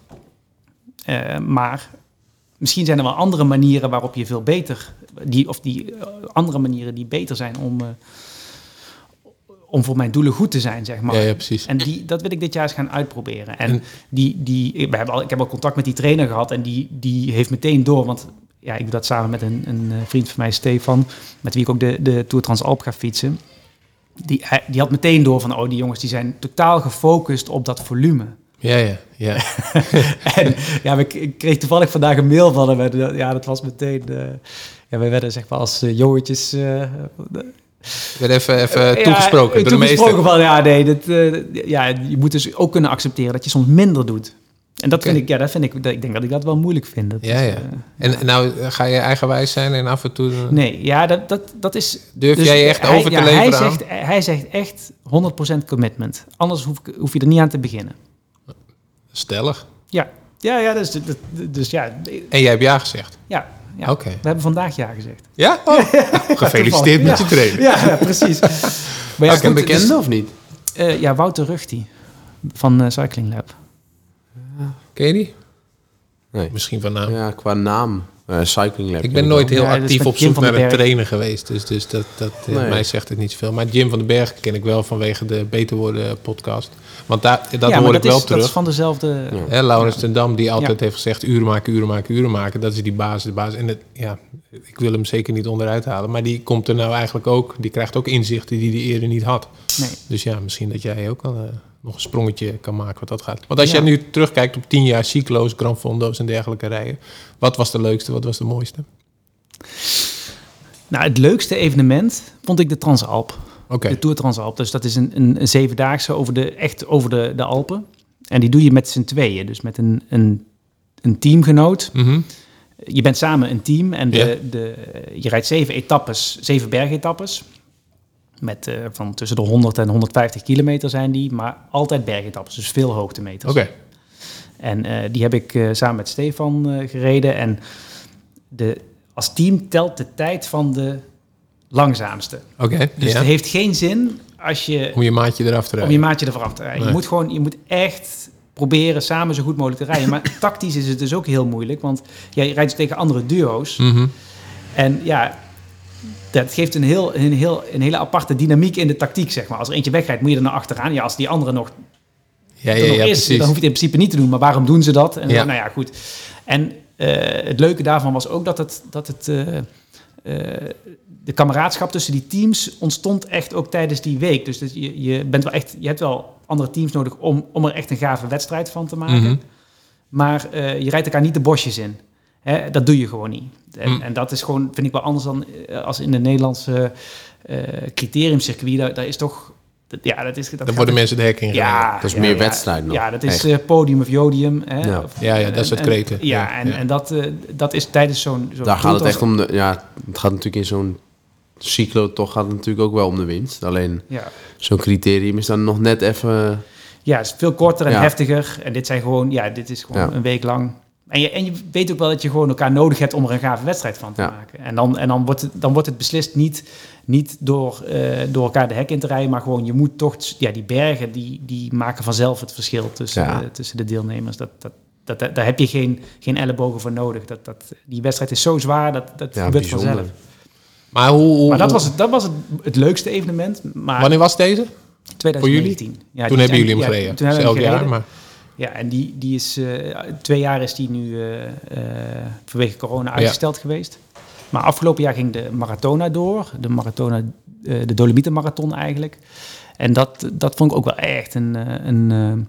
Speaker 4: Eh, maar misschien zijn er wel andere manieren waarop je veel beter, die, of die eh, andere manieren die beter zijn om, eh, om voor mijn doelen goed te zijn, zeg maar.
Speaker 2: Ja, ja, precies.
Speaker 4: En die, dat wil ik dit jaar eens gaan uitproberen. En,
Speaker 2: En-
Speaker 4: die, die, ik, we hebben al, ik heb al contact met die trainer gehad en die, die heeft meteen door. Want ja, ik doe dat samen met een, een eh, vriend van mij, Stefan, met wie ik ook de, de Tour Transalp ga fietsen. Die, hij- die had meteen door van, oh, die jongens die zijn totaal gefocust op dat volume. *laughs*
Speaker 2: Ja, ja, ja.
Speaker 4: En ja, we- ik kreeg toevallig vandaag een mail van hem. En, dat- ja, dat was meteen... eh, ja, wij werden zeg maar als eh, jongetjes... eh,
Speaker 2: Ik werd even, even
Speaker 4: ja,
Speaker 2: Eh, toegesproken door de
Speaker 4: toegesproken
Speaker 2: meester.
Speaker 4: van, ja, nee, dat, eh, ja, je moet dus ook kunnen accepteren dat je soms minder doet. En dat vind
Speaker 2: Oké.
Speaker 4: ik, ja, dat vind ik, dat- ik denk dat ik dat wel moeilijk vind. Dat
Speaker 2: Ja,
Speaker 4: is,
Speaker 2: ja.
Speaker 4: eh,
Speaker 2: En en nou eh, ga je eigenwijs zijn en af en toe... eh,
Speaker 4: nee, ja, dat, dat, dat is...
Speaker 2: Durf jij je echt
Speaker 4: hij-
Speaker 2: over te
Speaker 4: Dus, eh, ja,
Speaker 2: leveren
Speaker 4: Hij zegt, hij zegt echt 100% commitment. Anders hoef, ik- hoef je er niet aan te beginnen.
Speaker 2: Stellig.
Speaker 4: Ja, ja, ja, dus, dat, dus ja,
Speaker 2: En jij hebt ja gezegd.
Speaker 4: ja, ja.
Speaker 2: Oké.
Speaker 4: We hebben vandaag ja
Speaker 2: *laughs*
Speaker 4: gezegd.
Speaker 2: Ja?
Speaker 4: *laughs*
Speaker 2: Oh, Gefeliciteerd met je training.
Speaker 4: Ja, ja, precies. Maar ja,
Speaker 3: is het een
Speaker 4: goed,
Speaker 3: bekende
Speaker 4: dus,
Speaker 3: of niet?
Speaker 4: eh, ja, Wouter Ruchti van eh, Cycling Lab.
Speaker 2: Ken je die?
Speaker 3: Nee.
Speaker 2: Misschien van naam.
Speaker 3: Ja, qua naam. eh cycling Lab.
Speaker 2: Ik ben nooit heel
Speaker 4: Ja, dat is
Speaker 2: actief
Speaker 4: met
Speaker 2: op
Speaker 4: Jim
Speaker 2: zoek
Speaker 4: van den
Speaker 2: naar een
Speaker 4: Berg.
Speaker 2: trainer geweest. Dus, dus dat, dat, eh,
Speaker 3: Nee.
Speaker 2: mij zegt het niet veel. Maar Jim van den Berg ken ik wel vanwege de Beter Worden podcast. Want daar, dat
Speaker 4: ja, maar
Speaker 2: hoor
Speaker 4: dat
Speaker 2: ik wel
Speaker 4: is, Dat
Speaker 2: terug.
Speaker 4: is van dezelfde...
Speaker 3: Ja.
Speaker 2: Hè, Laurens ten Dam die altijd
Speaker 4: Ja.
Speaker 2: heeft gezegd... uren maken, uren maken, uren maken. Dat is die basis, de basis. En het, ja, ik wil hem zeker niet onderuit halen. Maar die komt er nou eigenlijk ook... die krijgt ook inzichten die hij eerder niet had.
Speaker 4: Nee.
Speaker 2: Dus ja, misschien dat jij ook al, eh, nog een sprongetje kan maken wat dat gaat. Want als
Speaker 4: Ja.
Speaker 2: jij nu terugkijkt op tien jaar cyclo's, Gran Fondo's en dergelijke rijden... wat was de leukste, wat was de mooiste?
Speaker 4: Nou, het leukste evenement vond ik de Transalp.
Speaker 2: Oké,
Speaker 4: De Tour Transalp. Dus dat is een, een, een zevendaagse over de, echt over de, de Alpen. En die doe je met z'n tweeën. Dus met een, een, een teamgenoot.
Speaker 2: Mhm.
Speaker 4: Je bent samen een team en de,
Speaker 2: Ja.
Speaker 4: de, je rijdt zeven etappes, zeven bergetappes. Met eh, van tussen de 100 en 150 kilometer zijn die, maar altijd bergetappes, dus veel hoogtemeters.
Speaker 2: oké.
Speaker 4: En eh, die heb ik eh, samen met Stefan eh, gereden. En de, als team telt de tijd van de langzaamste.
Speaker 2: Oké,
Speaker 4: Dus
Speaker 2: ja.
Speaker 4: het heeft geen zin als je
Speaker 2: om je maatje eraf te
Speaker 4: om
Speaker 2: rijden.
Speaker 4: je maatje ervan af te rijden.
Speaker 2: Nee.
Speaker 4: Je moet gewoon, je moet echt proberen samen zo goed mogelijk te rijden.
Speaker 2: *clears throat*
Speaker 4: Maar tactisch is het dus ook heel moeilijk, want jij rijdt dus tegen andere duo's.
Speaker 2: Mhm.
Speaker 4: En ja, dat geeft een, heel, een, heel, een hele aparte dynamiek in de tactiek, zeg maar. Als er eentje wegrijdt, moet je er naar achteraan. Ja, als die andere nog
Speaker 2: Ja,
Speaker 4: er
Speaker 2: ja,
Speaker 4: nog
Speaker 2: ja,
Speaker 4: is, dan hoef
Speaker 2: precies.
Speaker 4: je het in principe niet te doen. Maar waarom doen ze dat? En
Speaker 2: Ja.
Speaker 4: nou ja, goed. En eh, het leuke daarvan was ook dat het, dat het eh, eh, de kameraadschap tussen die teams ontstond echt ook tijdens die week. Dus dat je, je bent wel echt, je hebt wel andere teams nodig om, om er echt een gave wedstrijd van te maken.
Speaker 2: Mhm.
Speaker 4: Maar eh, je rijdt elkaar niet de bosjes in. Hè, dat doe je gewoon niet. En,
Speaker 2: Mm.
Speaker 4: en dat is gewoon, vind ik wel anders dan eh, als in de Nederlandse eh criteriumcircuit. Daar, daar is toch, dat- ja, dat is dat
Speaker 2: Dan
Speaker 4: gaat-
Speaker 2: worden mensen de hek in gereden.
Speaker 4: ja,
Speaker 3: Dat is
Speaker 4: ja,
Speaker 3: meer
Speaker 4: ja.
Speaker 3: wedstrijd nog.
Speaker 4: Ja, dat is
Speaker 3: Echt.
Speaker 4: eh, podium of jodium. Hè?
Speaker 3: Ja.
Speaker 4: Of- eh,
Speaker 2: Ja, ja, dat is het
Speaker 4: en-
Speaker 2: kreten.
Speaker 4: Ja,
Speaker 2: Ja,
Speaker 4: en,
Speaker 2: ja.
Speaker 4: en dat, eh, dat is tijdens zo'n... zo'n
Speaker 3: Daar gaat het
Speaker 4: toertocht-
Speaker 3: echt om. De, ja, het gaat natuurlijk in zo'n cyclo toch gaat het natuurlijk ook wel om de winst. Alleen
Speaker 4: Ja.
Speaker 3: zo'n criterium is dan nog net even
Speaker 4: Ja, het is veel korter en
Speaker 3: Ja.
Speaker 4: heftiger. En dit zijn gewoon, ja, dit is gewoon
Speaker 3: Ja.
Speaker 4: een week lang. En je, en je weet ook wel dat je gewoon elkaar nodig hebt om er een gave wedstrijd van te
Speaker 3: Ja.
Speaker 4: maken. En, dan, en dan, wordt het, dan wordt het beslist niet, niet door, eh, door elkaar de hek in te rijden, maar gewoon je moet toch, ja, die bergen, die, die maken vanzelf het verschil tussen,
Speaker 3: Ja.
Speaker 4: eh, tussen de deelnemers. Dat, dat, dat, dat- daar heb je geen, geen ellebogen voor nodig. Dat, dat, die wedstrijd is zo zwaar, dat, dat
Speaker 3: Ja,
Speaker 4: gebeurt
Speaker 3: bijzonder.
Speaker 4: vanzelf.
Speaker 2: Maar, hoe, hoe-
Speaker 4: Maar dat was het, dat was het, het leukste evenement. Maar
Speaker 2: wanneer was deze?
Speaker 4: 2019. Ja,
Speaker 2: toen
Speaker 4: die
Speaker 2: hebben
Speaker 4: zijn-
Speaker 2: jullie hem
Speaker 4: ja,
Speaker 2: gereden.
Speaker 4: Toen
Speaker 2: Dat is
Speaker 4: hebben we
Speaker 2: elk
Speaker 4: hem
Speaker 2: jaar,
Speaker 4: gereden.
Speaker 2: maar
Speaker 4: Ja, en die, die is, eh, twee jaar is die nu eh, eh, vanwege corona uitgesteld geweest. Maar afgelopen jaar ging de Maratona door. De Maratona, eh, de Dolomietenmarathon eigenlijk. En dat, dat vond ik ook wel echt een, eh, een, eh, een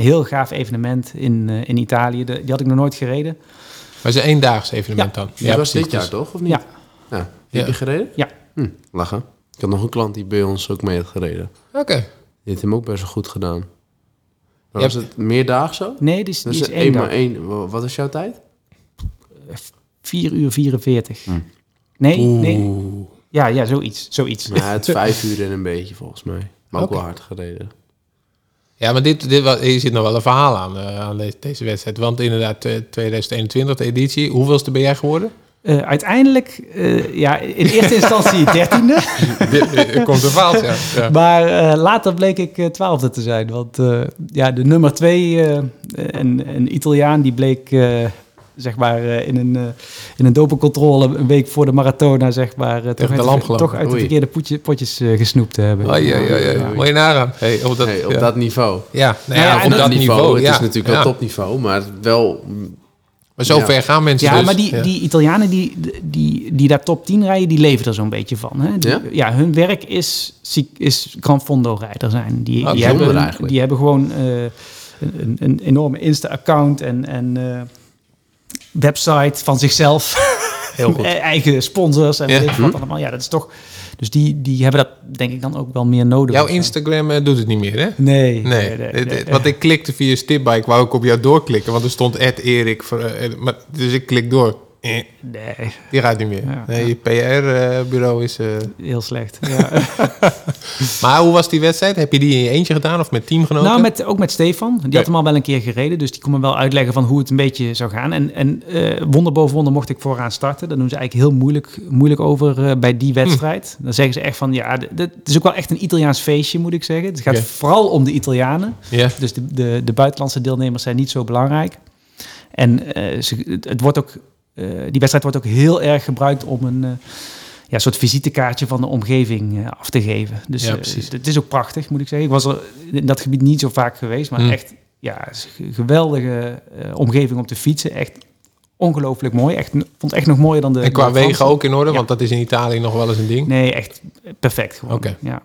Speaker 4: heel gaaf evenement in, eh, in Italië. De- die had ik nog nooit gereden.
Speaker 2: maar het is een eendaags evenement dan.
Speaker 3: Die was
Speaker 2: precies.
Speaker 3: dit jaar toch, of niet?
Speaker 4: Ja.
Speaker 3: Ja. Die
Speaker 2: Ja.
Speaker 3: heb je gereden?
Speaker 4: Ja,
Speaker 3: Hm, lachen. Ik had nog een klant die bij ons ook mee had gereden.
Speaker 2: Oké.
Speaker 3: Die heeft hem ook best wel goed gedaan. Maar
Speaker 2: Je
Speaker 3: was het meer dagen zo?
Speaker 4: nee, dus die is,
Speaker 3: Dat
Speaker 4: die
Speaker 3: is
Speaker 4: is één
Speaker 3: maar
Speaker 4: dag.
Speaker 3: Dus één. wa- Wat is jouw
Speaker 4: *laughs*
Speaker 3: tijd?
Speaker 4: 4 uur 44. Nee, nee.
Speaker 3: Hmm. Oeh.
Speaker 4: Ja, ja, zoiets. zoiets.
Speaker 3: Maar Nou, het is vijf uur en een beetje volgens mij. Maar ook
Speaker 2: Oké.
Speaker 3: wel hard gereden.
Speaker 2: Ja, maar dit, dit, wa- hier zit nog wel een verhaal aan, eh, aan deze, deze wedstrijd. Want inderdaad, eh, 2021, de editie. Hoeveelste ben jij *laughs* geworden?
Speaker 4: Eh, uiteindelijk, eh, ja, in
Speaker 3: *laughs*
Speaker 4: eerste instantie dertiende.
Speaker 2: Er komt een verhaal, ja. ja.
Speaker 4: Maar eh, later bleek ik eh, twaalfde te zijn. Want eh, ja, de nummer twee, eh, een, een Italiaan, die bleek eh, zeg maar eh, in, een, eh in een dopencontrole een week voor de marathona zeg maar, eh, toch,
Speaker 2: de
Speaker 4: uit
Speaker 2: lamp
Speaker 4: toch
Speaker 2: gelopen.
Speaker 4: uit de
Speaker 3: Oei.
Speaker 4: verkeerde poetje- potjes eh, gesnoept te hebben.
Speaker 2: Ai, ai, ai, ai.
Speaker 4: Ja.
Speaker 2: Moet je nagaan. Hey, op dat,
Speaker 3: Nee, op
Speaker 2: ja.
Speaker 3: dat niveau.
Speaker 2: Ja, nou
Speaker 4: Ja,
Speaker 2: ja,
Speaker 4: en
Speaker 2: op
Speaker 4: dat
Speaker 2: dat, niveau.
Speaker 3: Het
Speaker 2: ja.
Speaker 3: is natuurlijk
Speaker 2: ja.
Speaker 3: wel topniveau, maar wel...
Speaker 2: Maar zo
Speaker 3: Ja.
Speaker 2: ver gaan mensen
Speaker 4: Ja,
Speaker 2: dus.
Speaker 4: maar die,
Speaker 2: Ja.
Speaker 4: die Italianen die, die, die daar top 10 rijden, die leven er zo'n beetje van. Hè? Die-
Speaker 3: Ja?
Speaker 4: hun werk is, ziek- is Granfondo-rijder zijn. Die,
Speaker 2: Ah,
Speaker 4: die,
Speaker 2: bijzonder
Speaker 4: hebben, een-
Speaker 3: eigenlijk.
Speaker 4: die hebben gewoon eh, een, een, een enorme Insta-account en, en eh, website van zichzelf.
Speaker 2: *laughs* Heel goed.
Speaker 4: Eh, *laughs* Eigen sponsors en
Speaker 2: Ja. Mhm.
Speaker 4: weet ik wat allemaal. Ja, dat is toch... Dus die, die hebben dat denk ik dan ook wel meer nodig.
Speaker 2: Jouw
Speaker 4: of zo.
Speaker 2: Instagram eh, doet het niet meer, hè?
Speaker 4: Nee.
Speaker 2: Nee, dit- dit- want ik klikte via Stipbike, wou ik op jou doorklikken, want er stond Ed Erik. voor, eh, eh, maar- Dus ik klik door. Eh,
Speaker 4: nee,
Speaker 2: die gaat niet meer.
Speaker 4: Ja,
Speaker 2: nee, je PR-bureau is. eh.
Speaker 4: heel slecht. Ja.
Speaker 2: Maar hoe was die wedstrijd? Heb je die in je eentje gedaan of met teamgenoten?
Speaker 4: Nou, met, ook met Stefan. Die had hem al wel een keer gereden. Dus die kon me wel uitleggen van hoe het een beetje zou gaan. En, en eh, wonder boven wonder mocht ik vooraan starten. Daar doen ze eigenlijk heel moeilijk, moeilijk over eh, bij die wedstrijd. Dan zeggen ze echt van, ja, d- dit is ook wel echt een Italiaans feestje, moet ik zeggen. Het gaat
Speaker 2: Ja.
Speaker 4: vooral om de Italianen.
Speaker 2: Ja.
Speaker 4: Dus de, de, de buitenlandse deelnemers zijn niet zo belangrijk. En eh, ze- het, het wordt ook, eh, die wedstrijd wordt ook heel erg gebruikt om een eh, ja, soort visitekaartje van de omgeving eh, af te geven. Dus
Speaker 2: Ja,
Speaker 4: eh,
Speaker 2: precies.
Speaker 4: het is ook prachtig, moet ik zeggen. Ik was er in dat gebied niet zo vaak geweest, maar
Speaker 2: Hmm.
Speaker 4: echt ja, het is een geweldige eh, omgeving om te fietsen. Echt ongelooflijk mooi. Echt, vond het echt nog mooier dan de.
Speaker 2: en qua
Speaker 4: dan de
Speaker 2: wegen
Speaker 4: Franse.
Speaker 2: ook in orde,
Speaker 4: Ja.
Speaker 2: want dat is in Italië nog wel eens een ding.
Speaker 4: Nee, echt perfect gewoon.
Speaker 2: Oké.
Speaker 4: Ja.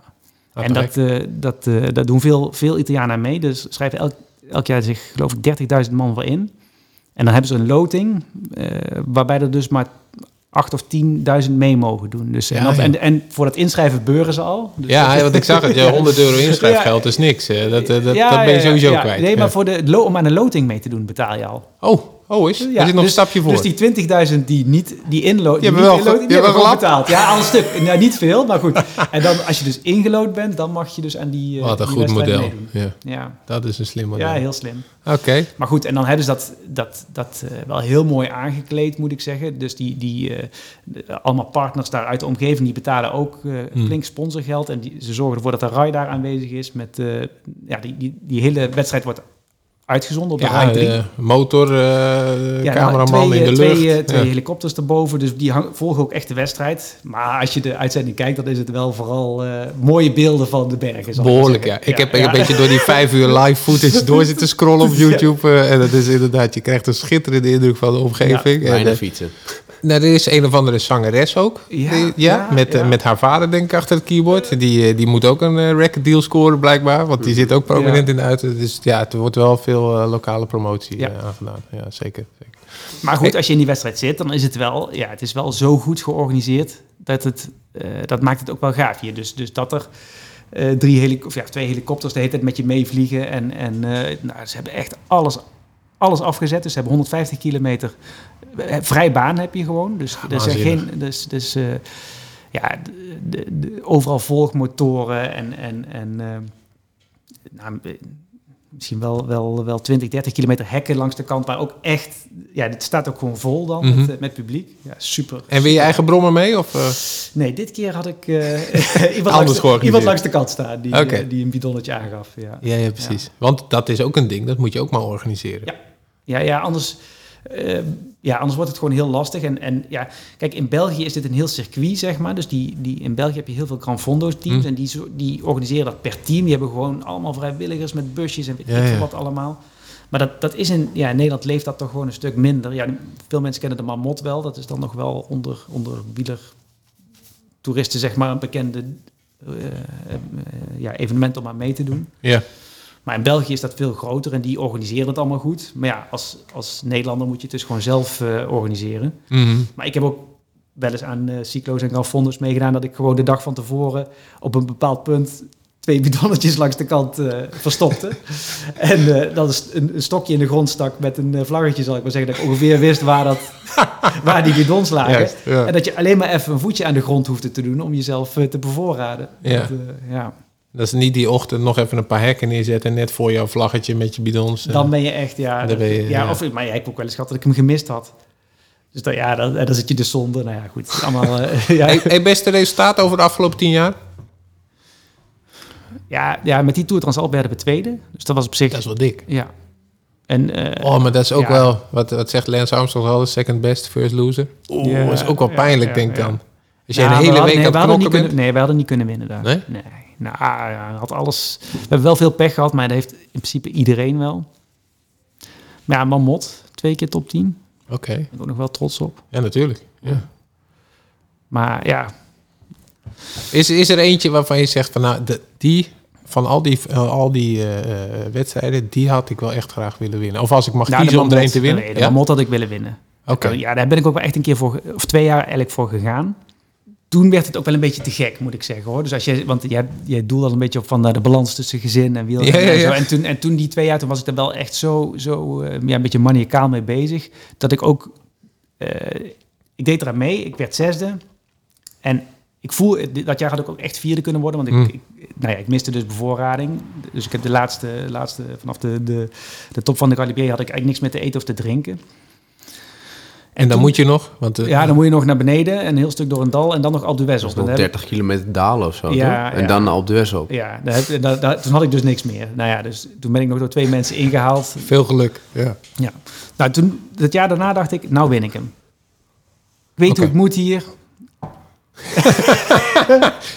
Speaker 2: Ah,
Speaker 4: En
Speaker 2: perfect.
Speaker 4: dat, eh, dat, eh, dat doen veel, veel Italianen aan mee. Dus schrijven elk, elk jaar zich, geloof ik, 30.000 man voor in. En dan hebben ze een loting, eh, waarbij er dus maar 8 of 10.000 mee mogen doen. Dus, en,
Speaker 2: Ja,
Speaker 4: dat-
Speaker 2: ja.
Speaker 4: en, en voor dat inschrijven beuren ze al. Dus
Speaker 2: ja,
Speaker 4: dat-
Speaker 2: hè, want ik zag
Speaker 4: *laughs*
Speaker 2: het. Ja, 100 euro inschrijfgeld
Speaker 4: Ja.
Speaker 2: is niks. eh, Dat, dat, dat,
Speaker 4: Ja,
Speaker 2: dat ben je
Speaker 4: ja, ja,
Speaker 2: sowieso
Speaker 4: ja.
Speaker 2: kwijt.
Speaker 4: Nee, maar
Speaker 2: Ja.
Speaker 4: voor de, lo- om aan een loting mee te doen betaal je al.
Speaker 2: Oh, oh is.
Speaker 4: Ja,
Speaker 2: er zit nog
Speaker 4: dus-
Speaker 2: een stapje voor.
Speaker 4: Dus die 20.000 die niet die inlood,
Speaker 2: Die
Speaker 4: die,
Speaker 2: hebben
Speaker 4: niet
Speaker 2: wel
Speaker 4: inlood-
Speaker 2: ge-
Speaker 4: die hebben gewoon
Speaker 2: gelapt.
Speaker 4: betaald. Ja, al een stuk. Nou, niet veel, maar
Speaker 2: *laughs*
Speaker 4: goed. En dan als je dus ingelood bent, dan mag je dus aan die eh,
Speaker 2: Wat een
Speaker 4: die
Speaker 2: goed
Speaker 4: wedstrijd
Speaker 2: model.
Speaker 4: meedoen.
Speaker 2: Ja,
Speaker 4: Ja.
Speaker 2: dat is een slim model.
Speaker 4: ja, heel slim.
Speaker 2: Oké.
Speaker 4: Maar goed, en dan hebben ze dat, dat, dat eh, wel heel mooi aangekleed, moet ik zeggen. Dus die, die eh, de- allemaal partners daar uit de omgeving, die betalen ook eh,
Speaker 2: Hmm.
Speaker 4: flink sponsorgeld. En die, ze zorgen ervoor dat de RAI daar aanwezig is. Met, eh, ja, die, die, die hele wedstrijd wordt uitgezonden op de RAI
Speaker 2: Ja,
Speaker 4: 3.
Speaker 2: eh, motor, eh,
Speaker 4: Ja,
Speaker 2: cameraman
Speaker 4: nou, twee,
Speaker 2: in de
Speaker 4: eh,
Speaker 2: lucht.
Speaker 4: Twee, eh, twee
Speaker 2: ja.
Speaker 4: helikopters erboven, dus die hang- volgen ook echt de wedstrijd. Maar als je de uitzending kijkt, dan is het wel vooral eh, mooie beelden van de bergen. zal ik
Speaker 2: Behoorlijk, ja.
Speaker 4: zeggen.
Speaker 2: Ik heb een beetje door die
Speaker 4: *laughs*
Speaker 2: vijf uur live footage door zitten scrollen op YouTube. eh, en dat is inderdaad, je krijgt een schitterende indruk van de omgeving. En,
Speaker 3: Weinig
Speaker 2: eh,
Speaker 3: fietsen.
Speaker 2: nou, er is een of andere zangeres ook.
Speaker 4: Ja,
Speaker 2: Die- ja,
Speaker 4: ja,
Speaker 2: met, eh,
Speaker 4: ja.
Speaker 2: met haar vader denk ik achter het keyboard. Die, eh, die moet ook een eh, record deal scoren blijkbaar, want die zit ook prominent
Speaker 4: Ja.
Speaker 2: in de uit. Dus ja, er wordt wel veel eh, lokale promotie
Speaker 4: Ja.
Speaker 2: eh, aangedaan. Ja, zeker. zeker.
Speaker 4: Maar goed, als je in die wedstrijd zit, dan is het wel, ja, het is wel zo goed georganiseerd dat het, eh, dat maakt het ook wel gaaf hier. Dus, dus dat er eh, drie heli- of ja, twee helikopters de hele tijd met je meevliegen en, en eh, nou, ze hebben echt alles, alles afgezet. Dus ze hebben 150 kilometer eh, vrij baan heb je gewoon. Dus er zijn geen,
Speaker 2: Waanzinnig.
Speaker 4: dus, dus eh, ja, de, de- de- overal volgmotoren en en en eh, nou, eh, misschien wel, wel, wel 20, 30 kilometer hekken langs de kant. Waar ook echt, ja, het staat ook gewoon vol dan
Speaker 2: Mhm.
Speaker 4: met, eh, met publiek. Ja, super.
Speaker 2: En weer je eigen brommer mee? Of, eh?
Speaker 4: Nee, dit keer had ik eh, *laughs* iemand, langs de,
Speaker 2: georganiseerd.
Speaker 4: iemand langs de kant staan die, eh,
Speaker 2: Oké.
Speaker 4: die een bidonnetje aangaf. Ja.
Speaker 2: Ja, ja, precies. Want dat is ook een ding, dat moet je ook maar organiseren.
Speaker 4: Ja. Ja, ja, anders, eh, ja, anders wordt het gewoon heel lastig. En, en ja, kijk, in België is dit een heel circuit, zeg maar. Dus die, die, in België heb je heel veel Gran Fondo-teams.
Speaker 2: Hm.
Speaker 4: En die, zo- die organiseren dat per team. Die hebben gewoon allemaal vrijwilligers met busjes en weet
Speaker 2: Ja,
Speaker 4: ik veel
Speaker 2: ja.
Speaker 4: wat allemaal. Maar dat, dat is in, ja, in Nederland leeft dat toch gewoon een stuk minder. Ja, veel mensen kennen de marmot wel. Dat is dan nog wel onder, onder wielertoeristen, zeg maar, een bekende eh, eh, eh, ja, evenement om aan mee te doen.
Speaker 2: Ja.
Speaker 4: Maar in België is dat veel groter en die organiseren het allemaal goed. Maar ja, als, als Nederlander moet je het dus gewoon zelf eh, organiseren.
Speaker 2: Mhm.
Speaker 4: Maar ik heb ook wel eens aan eh, cyclo's en granfondos meegedaan... dat ik gewoon de dag van tevoren op een bepaald punt... twee bidonnetjes langs de kant eh,
Speaker 2: *laughs*
Speaker 4: verstopte. en eh, dan is een, een stokje in de grond stak met een eh, vlaggetje, zal ik maar zeggen... dat ik ongeveer wist waar, dat,
Speaker 2: *laughs*
Speaker 4: waar die bidons lagen.
Speaker 2: Juist, ja.
Speaker 4: En dat je alleen maar even een voetje aan de grond hoefde te doen... om jezelf eh, te bevoorraden.
Speaker 2: Ja.
Speaker 4: Dat, eh, ja.
Speaker 2: Dat is niet die ochtend nog even een paar hekken neerzetten... net voor jouw vlaggetje met je bidons. eh.
Speaker 4: Dan ben je echt, ja.
Speaker 2: Dan ben je,
Speaker 4: ja,
Speaker 2: ja.
Speaker 4: Of, maar jij hebt ook wel eens gehad dat ik hem gemist had. Dus dan, ja, dan, dan zit je dus zonder. Nou ja, goed. Allemaal, eh, *laughs* ja,
Speaker 2: Hey, hey, beste resultaat over de afgelopen tien jaar?
Speaker 4: ja, ja, met die Tour Transalp werden we tweede. Dus dat was op zich...
Speaker 2: Dat is wel dik.
Speaker 4: Ja. En, eh,
Speaker 2: Oh, maar dat is ook
Speaker 4: Ja.
Speaker 2: wel... Wat, wat zegt Lance Armstrong altijd? Second best, first loser. Oeh,
Speaker 4: Ja,
Speaker 2: dat is ook wel
Speaker 4: ja,
Speaker 2: pijnlijk,
Speaker 4: ja,
Speaker 2: denk ik
Speaker 4: ja.
Speaker 2: dan. Als
Speaker 4: nou,
Speaker 2: Dus jij
Speaker 4: we
Speaker 2: de hele
Speaker 4: hadden-
Speaker 2: week
Speaker 4: nee,
Speaker 2: aan
Speaker 4: we
Speaker 2: het
Speaker 4: hadden niet
Speaker 2: knokken
Speaker 4: kunnen,
Speaker 2: bent...
Speaker 4: Nee, we hadden niet kunnen winnen daar.
Speaker 2: Nee?
Speaker 4: Nee. Nou, ja, had alles... We hebben wel veel pech gehad, maar dat heeft in principe iedereen wel. Maar ja, Mamot, twee keer top 10. Daar
Speaker 2: Oké,
Speaker 4: ben ik ook nog wel trots op.
Speaker 2: ja, natuurlijk. Ja.
Speaker 4: Maar ja,
Speaker 2: Is, is er eentje waarvan je zegt van... Nou, de- die... Van al die, eh, al die eh, eh, wedstrijden, die had ik wel echt graag willen winnen. Of als ik mag
Speaker 4: nou, de
Speaker 2: kiezen om er één
Speaker 4: Mammoth-
Speaker 2: te winnen.
Speaker 4: Nee, de
Speaker 2: ja? Oké.
Speaker 4: Mammoth had ik willen winnen. Ja, daar ben ik ook wel echt een keer voor, ge- of twee jaar eigenlijk voor gegaan. Toen werd het ook wel een beetje te gek, moet ik zeggen hoor. Dus als je, want jij, jij doelde al een beetje op van eh, de balans tussen gezin en wiel.
Speaker 2: Ja, ja,
Speaker 4: En, zo.
Speaker 2: ja.
Speaker 4: En, toen, en toen die twee jaar, toen was ik er wel echt zo, zo eh, ja, een beetje maniacaal mee bezig. Dat ik ook, eh, ik deed eraan mee, ik werd zesde. En ik voel, dat jaar had ik ook echt vierde kunnen worden. Want ik,
Speaker 2: Hmm.
Speaker 4: ik- nou ja, ik miste dus bevoorrading. Dus ik heb de laatste, laatste vanaf de, de, de top van de Galibier had ik eigenlijk niks meer te eten of te drinken.
Speaker 2: En, dan moet je nog, want eh,
Speaker 4: Ja, dan moet je nog naar beneden en een heel stuk door een dal en dan nog Alpe d'Huez
Speaker 3: Dat
Speaker 4: op.
Speaker 3: is nog
Speaker 4: Dan heb ik-
Speaker 3: 30 kilometer dalen of zo.
Speaker 4: Ja,
Speaker 3: toch?
Speaker 4: ja.
Speaker 3: En dan op de West op.
Speaker 4: Ja, dan heb- dan- dan- toen had ik dus niks meer. Nou ja, dus toen ben ik nog door twee mensen ingehaald.
Speaker 2: veel geluk. Ja.
Speaker 4: Ja. Nou, toen, dat jaar daarna dacht ik, nou win ik hem. Ik weet
Speaker 2: Oké.
Speaker 4: hoe het moet hier.
Speaker 2: Ja,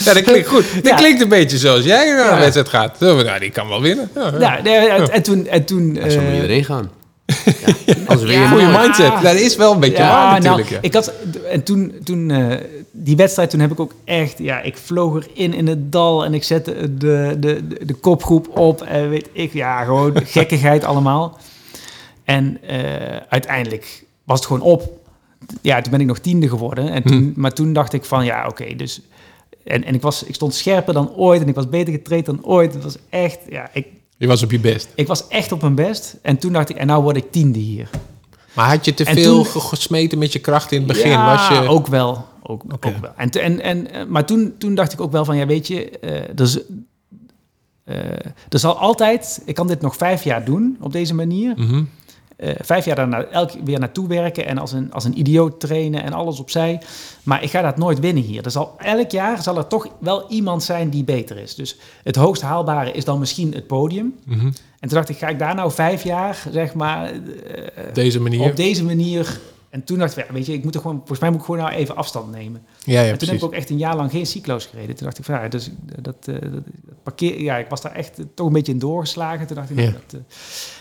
Speaker 2: dat *laughs* klinkt goed. Dat
Speaker 4: Ja.
Speaker 2: klinkt een beetje zoals jij naar een
Speaker 4: Ja.
Speaker 2: wedstrijd gaat. Zo van, Nou, die kan wel winnen. Ja, ja.
Speaker 4: Ja, nee, en, en toen... En toen
Speaker 3: Ja, zo moet
Speaker 4: eh,
Speaker 3: iedereen
Speaker 4: *laughs*
Speaker 3: gaan. Ja. Anders win je
Speaker 4: Ja.
Speaker 3: nooit.
Speaker 2: Goeie
Speaker 4: Ja.
Speaker 2: mindset. Dat is wel een beetje waar natuurlijk.
Speaker 4: nou,
Speaker 2: ja.
Speaker 4: ik had, en toen, toen eh, die wedstrijd, toen heb ik ook echt, ja, ik vloog erin in het dal en ik zette de, de, de, de kopgroep op en weet ik, ja, gewoon
Speaker 2: *laughs*
Speaker 4: gekkigheid allemaal. En eh, uiteindelijk was het gewoon op. Ja, toen ben ik nog tiende geworden. En toen,
Speaker 2: Hm.
Speaker 4: Maar toen dacht ik van, ja, oké, dus... En, en ik, was, ik stond scherper dan ooit en ik was beter getraind dan ooit. Het was echt, ja, ik,
Speaker 2: Je was op je best.
Speaker 4: ik was echt op mijn best. En toen dacht ik, en nou word ik tiende hier.
Speaker 2: Maar had je te
Speaker 4: En
Speaker 2: veel
Speaker 4: toen-
Speaker 2: ge- gesmeten met je kracht in het begin?
Speaker 4: Ja,
Speaker 2: was je...
Speaker 4: ook wel. Ook,
Speaker 2: Oké.
Speaker 4: ook wel. En, te- en, en, eh, maar toen, toen dacht ik ook wel van, ja weet je, eh, er, z- eh, er zal altijd, ik kan dit nog vijf jaar doen op deze manier.
Speaker 2: Mhm.
Speaker 4: Eh, vijf jaar daarna elk weer naartoe werken en als een, als een idioot trainen en alles opzij. Maar ik ga dat nooit winnen hier. Er zal, elk jaar zal er toch wel iemand zijn die beter is. Dus het hoogst haalbare is dan misschien het podium.
Speaker 2: Mhm.
Speaker 4: En toen dacht ik, ga ik daar nou vijf jaar, zeg maar, eh,
Speaker 2: Op deze manier.
Speaker 4: op deze manier. En toen dacht ik, ja, weet je, ik moet er gewoon, volgens mij moet ik gewoon nou even afstand nemen.
Speaker 2: Ja, ja,
Speaker 4: en toen heb
Speaker 2: precies.
Speaker 4: ik ook echt een jaar lang geen cyclo's gereden. Toen dacht ik, van, ja, dus, dat, eh, dat, dat parkeer, ja, ik was daar echt eh, toch een beetje in doorgeslagen. Toen dacht ik, nou,
Speaker 2: Ja.
Speaker 4: dat, eh,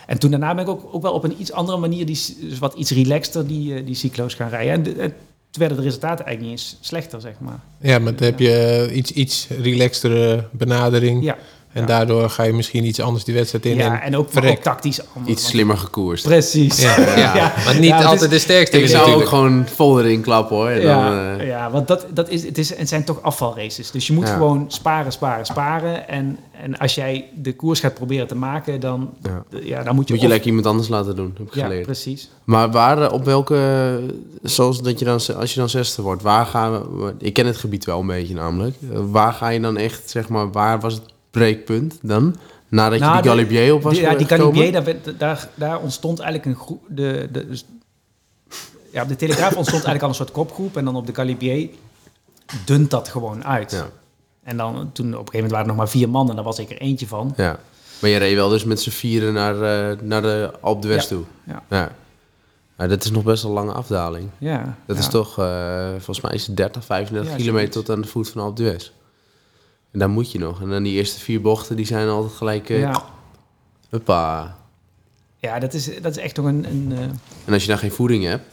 Speaker 4: en toen daarna ben ik ook, ook wel op een iets andere manier, die, c- dus wat iets relaxter, die, eh, die cyclo's gaan rijden. En, de- en toen werden de resultaten eigenlijk niet eens slechter, zeg maar.
Speaker 2: Ja, maar dan heb je eh, iets, iets relaxtere benadering.
Speaker 4: Ja,
Speaker 2: En
Speaker 4: ja.
Speaker 2: daardoor ga je misschien iets anders die wedstrijd in.
Speaker 4: ja
Speaker 2: en-
Speaker 4: en ook,
Speaker 2: verrek.
Speaker 4: ook tactisch anders.
Speaker 3: Iets
Speaker 4: want-
Speaker 3: slimmer gekoerst.
Speaker 4: Precies.
Speaker 2: Ja,
Speaker 3: ja.
Speaker 4: *laughs* Ja,
Speaker 2: Maar niet
Speaker 4: dus het is-
Speaker 2: altijd de sterkste.
Speaker 3: Ik
Speaker 2: winnen
Speaker 3: zou ook
Speaker 2: natuurlijk.
Speaker 3: gewoon vol erin klappen hoor. En dan,
Speaker 4: Ja,
Speaker 3: eh,
Speaker 4: ja, want dat, dat is, het, is, het zijn toch afvalraces. Dus je moet
Speaker 3: Ja.
Speaker 4: gewoon sparen, sparen, sparen. En, en als jij de koers gaat proberen te maken, dan,
Speaker 3: Ja.
Speaker 4: ja. dan moet je...
Speaker 3: Moet je
Speaker 4: of-
Speaker 3: lekker iemand anders laten doen, heb ik
Speaker 4: Ja,
Speaker 3: geleerd.
Speaker 4: precies.
Speaker 3: Maar waar, eh, op welke, zoals dat je dan, als je dan zesde wordt, waar gaan we, ik ken het gebied wel een beetje namelijk, Eh, waar ga je dan echt, zeg maar, waar was het breekpunt dan? Nadat
Speaker 4: Nou,
Speaker 3: je die Galibier op was
Speaker 4: die- Ja, die
Speaker 3: gekomen?
Speaker 4: Galibier, daar, werd- daar, daar ontstond eigenlijk een groep... De, de, dus- ja, op de Telegraaf ontstond eigenlijk al een soort kopgroep. En dan op de Galibier dunt dat gewoon uit.
Speaker 3: Ja.
Speaker 4: En dan, toen op een gegeven moment waren er nog maar vier mannen. Daar was ik er eentje van.
Speaker 3: Ja. Maar je reed wel dus met z'n vieren naar, eh, naar de Alp de West
Speaker 4: Ja.
Speaker 3: toe.
Speaker 4: Ja.
Speaker 3: Ja. Maar dat is nog best een lange afdaling.
Speaker 4: Ja,
Speaker 3: Dat
Speaker 4: ja.
Speaker 3: is toch, eh, volgens mij is het 30, 35
Speaker 4: Ja,
Speaker 3: kilometer
Speaker 4: zoiets.
Speaker 3: tot aan de voet van Alp de West. En daar moet je nog. En dan die eerste vier bochten, die zijn altijd gelijk... eh
Speaker 4: Ja,
Speaker 3: huppa.
Speaker 4: ja dat, is, dat is echt toch een... een eh,
Speaker 3: En als je dan geen voeding hebt...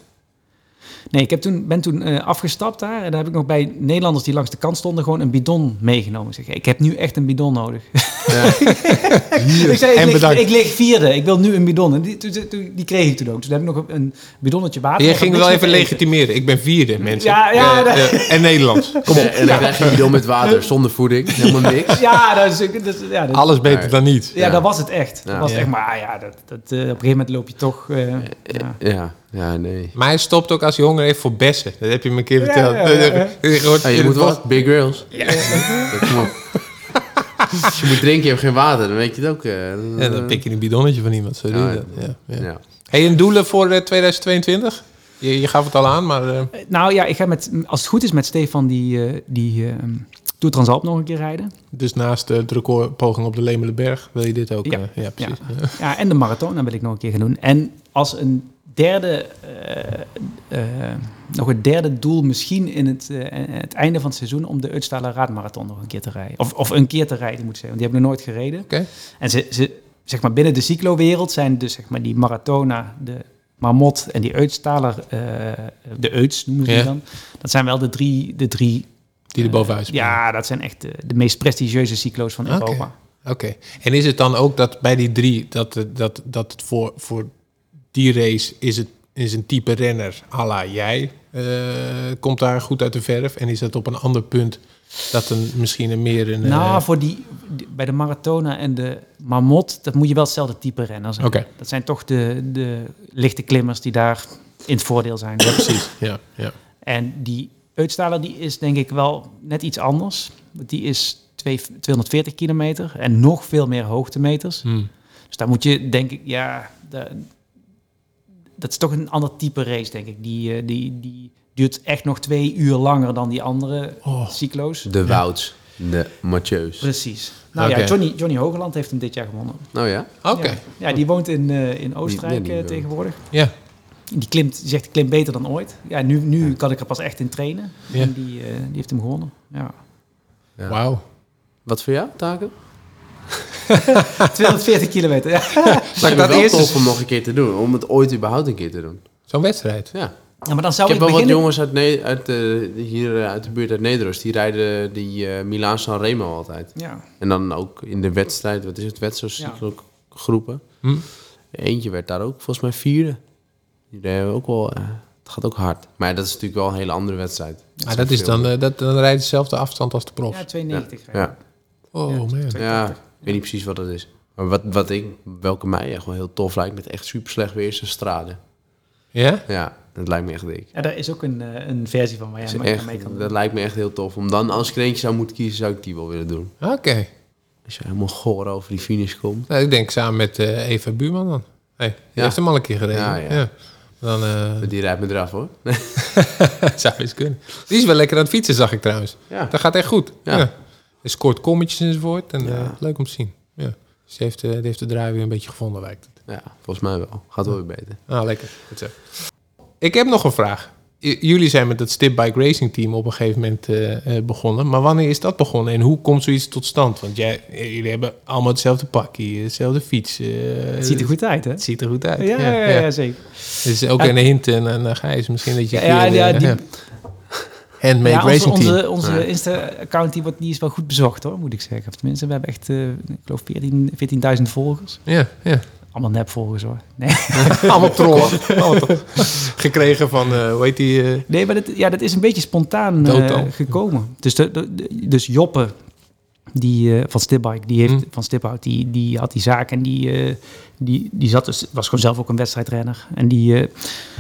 Speaker 4: Nee, ik heb toen, ben toen eh, afgestapt daar. En daar heb ik nog bij Nederlanders die langs de kant stonden... gewoon een bidon meegenomen. Ik zeg, ik heb nu echt een bidon nodig.
Speaker 3: *laughs*
Speaker 4: *laughs* ik zei, ik,
Speaker 2: en
Speaker 4: lig,
Speaker 2: bedankt.
Speaker 4: ik lig vierde. Ik wil nu een bidon. En die, toen- toen- die kreeg ik toen ook. Dus Toen heb ik nog een bidonnetje water.
Speaker 2: Jij
Speaker 4: maar
Speaker 2: ging
Speaker 4: niks
Speaker 2: wel
Speaker 4: meer
Speaker 2: even
Speaker 4: te eten.
Speaker 2: legitimeren. Ik ben vierde, mensen.
Speaker 4: Ja, ja,
Speaker 2: Eh,
Speaker 4: dat-
Speaker 2: eh, en
Speaker 4: *laughs*
Speaker 2: Nederlands.
Speaker 3: Kom op. En dan krijg je die dan met water, zonder voeding. Helemaal niks.
Speaker 4: Ja, dat is, dat is- ja, dat,
Speaker 2: Alles beter
Speaker 3: Nee.
Speaker 2: dan niet.
Speaker 4: ja,
Speaker 3: ja.
Speaker 4: dat was het echt.
Speaker 3: Ja.
Speaker 4: Dat was het
Speaker 2: Ja.
Speaker 4: echt. Maar ah, ja, dat, dat, eh, op een gegeven moment loop je toch... eh, ja.
Speaker 3: Ja, ja nee.
Speaker 2: Maar hij stopt ook als hij honger heeft voor bessen. Dat heb je me een keer verteld.
Speaker 4: ja, ja, ja.
Speaker 2: *laughs* Je hoort-
Speaker 3: Hey, je moet
Speaker 2: wordt-
Speaker 3: wat? Big girls. Ja. kom op. Als je moet drinken, je hebt geen water, dan weet je het ook. eh, dan-
Speaker 2: Ja, dan pik je een bidonnetje van iemand. Zo doe
Speaker 3: Ja,
Speaker 2: je dat. Ja, ja.
Speaker 3: Ja.
Speaker 2: Hey, en doelen voor eh, 2022? Je, je gaf het al aan, maar... eh,
Speaker 4: Eh, Nou ja, ik ga met, als het goed is met Stefan die, eh, die eh Tour Transalp nog een keer rijden.
Speaker 2: dus naast eh, de recordpoging op de Lemelenberg wil je dit ook...
Speaker 4: Ja.
Speaker 2: eh, ja precies. Ja.
Speaker 4: Ja, en de marathon, dat wil ik nog een keer gaan doen. En als een derde, eh, eh, nog een derde doel misschien in het, eh, het einde van het seizoen... om de Uitstaler Raadmarathon nog een keer te rijden. Of, of een keer te rijden, moet ik zeggen. Want die heb ik nog nooit gereden.
Speaker 2: Oké.
Speaker 4: En ze, ze, zeg maar binnen de cyclowereld zijn dus zeg maar die Maratona, de Marmot en die Uitstaler... eh, de Euts noemen ze
Speaker 2: Ja.
Speaker 4: die dan. Dat zijn wel de drie... De drie
Speaker 2: Die er bovenuit springen.
Speaker 4: Eh, ja, dat zijn echt de, de meest prestigieuze cyclo's van
Speaker 2: Oké.
Speaker 4: Europa.
Speaker 2: Oké. En is het dan ook dat bij die drie... dat, eh, dat, dat het voor, voor die race is het is een type renner à la jij... eh, komt daar goed uit de verf? En is dat op een ander punt dat een, misschien een meer... Een,
Speaker 4: Nou,
Speaker 2: eh,
Speaker 4: voor die, die- bij de Maratona en de Marmot, dat moet je wel hetzelfde type rennen. zijn.
Speaker 2: Oké.
Speaker 4: Dat zijn toch de, de lichte klimmers die daar in het voordeel zijn.
Speaker 2: *laughs* precies. Ja, ja.
Speaker 4: En die Uitstaler, die is denk ik wel net iets anders. Want Die is twee- 240 kilometer en nog veel meer hoogtemeters.
Speaker 2: Hmm.
Speaker 4: Dus daar moet je, denk ik, ja... da- dat is toch een ander type race, denk ik. Die, eh, die, die duurt echt nog twee uur langer dan die andere
Speaker 2: Oh.
Speaker 4: cyclo's.
Speaker 3: De Wouds. De Mathieu's.
Speaker 4: Precies. Nou
Speaker 2: Oké.
Speaker 4: ja, Johnny, Johnny Hogeland heeft hem dit jaar gewonnen.
Speaker 3: Nou ja.
Speaker 2: Oké.
Speaker 4: Ja, ja, die woont in, eh, in Oostenrijk
Speaker 3: Die- die-
Speaker 4: eh, tegenwoordig.
Speaker 2: Ja.
Speaker 4: Die klimt, die zegt, ik klim beter dan ooit. Ja, nu, nu kan ik er pas echt in trainen.
Speaker 2: Ja.
Speaker 4: En die, eh, die heeft hem gewonnen. Ja.
Speaker 3: Ja.
Speaker 2: Wauw.
Speaker 3: Wat voor jou, Taken?
Speaker 4: 240 kilometer. Ja.
Speaker 3: Lijkt me
Speaker 2: dat
Speaker 3: wel
Speaker 2: eerst
Speaker 3: tof
Speaker 2: eens-
Speaker 3: om nog een keer te doen. Om het ooit überhaupt een keer te doen.
Speaker 2: Zo'n wedstrijd.
Speaker 3: Ja.
Speaker 4: ja, maar dan zou
Speaker 3: ik
Speaker 4: ik,
Speaker 3: heb wel wat
Speaker 4: beginnen...
Speaker 3: jongens uit, Ne- uit, eh, hier eh, uit de buurt uit Nederland. Die rijden die eh Milaan San Remo altijd.
Speaker 4: Ja.
Speaker 3: En dan ook in de wedstrijd. Wat is het? Wedstrijdcyclogroepen.
Speaker 2: Hm.
Speaker 3: Eentje werd daar ook volgens mij vierde. Die reden ook wel... eh, het gaat ook hard. Maar dat is natuurlijk wel een hele andere wedstrijd.
Speaker 2: Ah, dat is dan, eh, dat, dan rijdt dezelfde afstand als de profs.
Speaker 4: ja, 290.
Speaker 3: Ja.
Speaker 2: Oh man.
Speaker 3: Ja, ik weet niet precies wat dat is. Maar wat, wat ik, welke mij echt wel heel tof lijkt, met echt super slecht weer, is de straden.
Speaker 2: Ja?
Speaker 3: Ja, dat lijkt me echt dik.
Speaker 4: Ja, daar is ook een, eh, een versie van waar
Speaker 3: Dat,
Speaker 4: jij
Speaker 3: is
Speaker 4: mee-
Speaker 3: echt-
Speaker 4: mee kan
Speaker 3: dat
Speaker 4: doen.
Speaker 3: lijkt me echt heel tof. Om dan, als ik er eentje zou moeten kiezen, zou ik die wel willen doen.
Speaker 2: Oké.
Speaker 3: Als je helemaal goor over die finish komt.
Speaker 2: Nou, ik denk samen met eh, Eva Buurman dan. Hey, die
Speaker 3: Ja.
Speaker 2: heeft hem al een keer gereden. Ja,
Speaker 3: Ja, ja.
Speaker 2: Dan eh, *laughs*
Speaker 3: Die rijdt me eraf hoor. *laughs*
Speaker 2: zou eens kunnen. Die is wel lekker aan het fietsen, zag ik trouwens.
Speaker 3: Ja.
Speaker 2: Dat gaat echt goed. Ja.
Speaker 3: Ja.
Speaker 2: Hij scoort kommetjes enzovoort. En, eh, leuk om te zien. Ja. Dus die heeft, eh, die heeft de draai weer een beetje gevonden, lijkt het.
Speaker 3: ja, volgens mij wel. Gaat wel weer beter.
Speaker 2: Ah, lekker. Goed zo. Ik heb nog een vraag. J- jullie zijn met het Stipbike Racing Team op een gegeven moment eh, eh, begonnen. Maar wanneer is dat begonnen en hoe komt zoiets tot stand? Want jij, eh, jullie hebben allemaal hetzelfde pakje, hetzelfde fiets. eh,
Speaker 4: Het ziet er goed uit, hè?
Speaker 2: het ziet er goed uit.
Speaker 4: Ja, ja, ja, zeker.
Speaker 2: Dus ook
Speaker 4: Ja.
Speaker 2: een hint en aan eh, Gijs misschien dat je...
Speaker 4: Ja,
Speaker 2: een
Speaker 4: ja,
Speaker 2: keer,
Speaker 4: ja,
Speaker 2: eh,
Speaker 4: die-
Speaker 2: Handmade
Speaker 4: Ja, onze
Speaker 2: Racing Team.
Speaker 4: onze, onze Insta-account die wordt- die is wel goed bezocht, hoor, moet ik zeggen. Of tenminste, we hebben echt, eh, ik geloof, 14 14.000 volgers.
Speaker 2: Ja,
Speaker 4: *laughs*
Speaker 2: ja.
Speaker 4: Allemaal nepvolgers, hoor. *laughs* Nee.
Speaker 2: Allemaal trollen. *laughs* Allemaal trollen. Gekregen van, eh hoe heet die... eh,
Speaker 4: Nee, maar dat, ja, dat is een beetje spontaan eh,
Speaker 2: Totaal.
Speaker 4: gekomen. Dus, de, de- de- dus Joppe die, eh, van Stipbike, die heeft,
Speaker 2: Hm.
Speaker 4: van Stiphout, die, die had die zaak en die, eh, die, die zat dus, was gewoon zelf ook een wedstrijdrenner. En die, eh,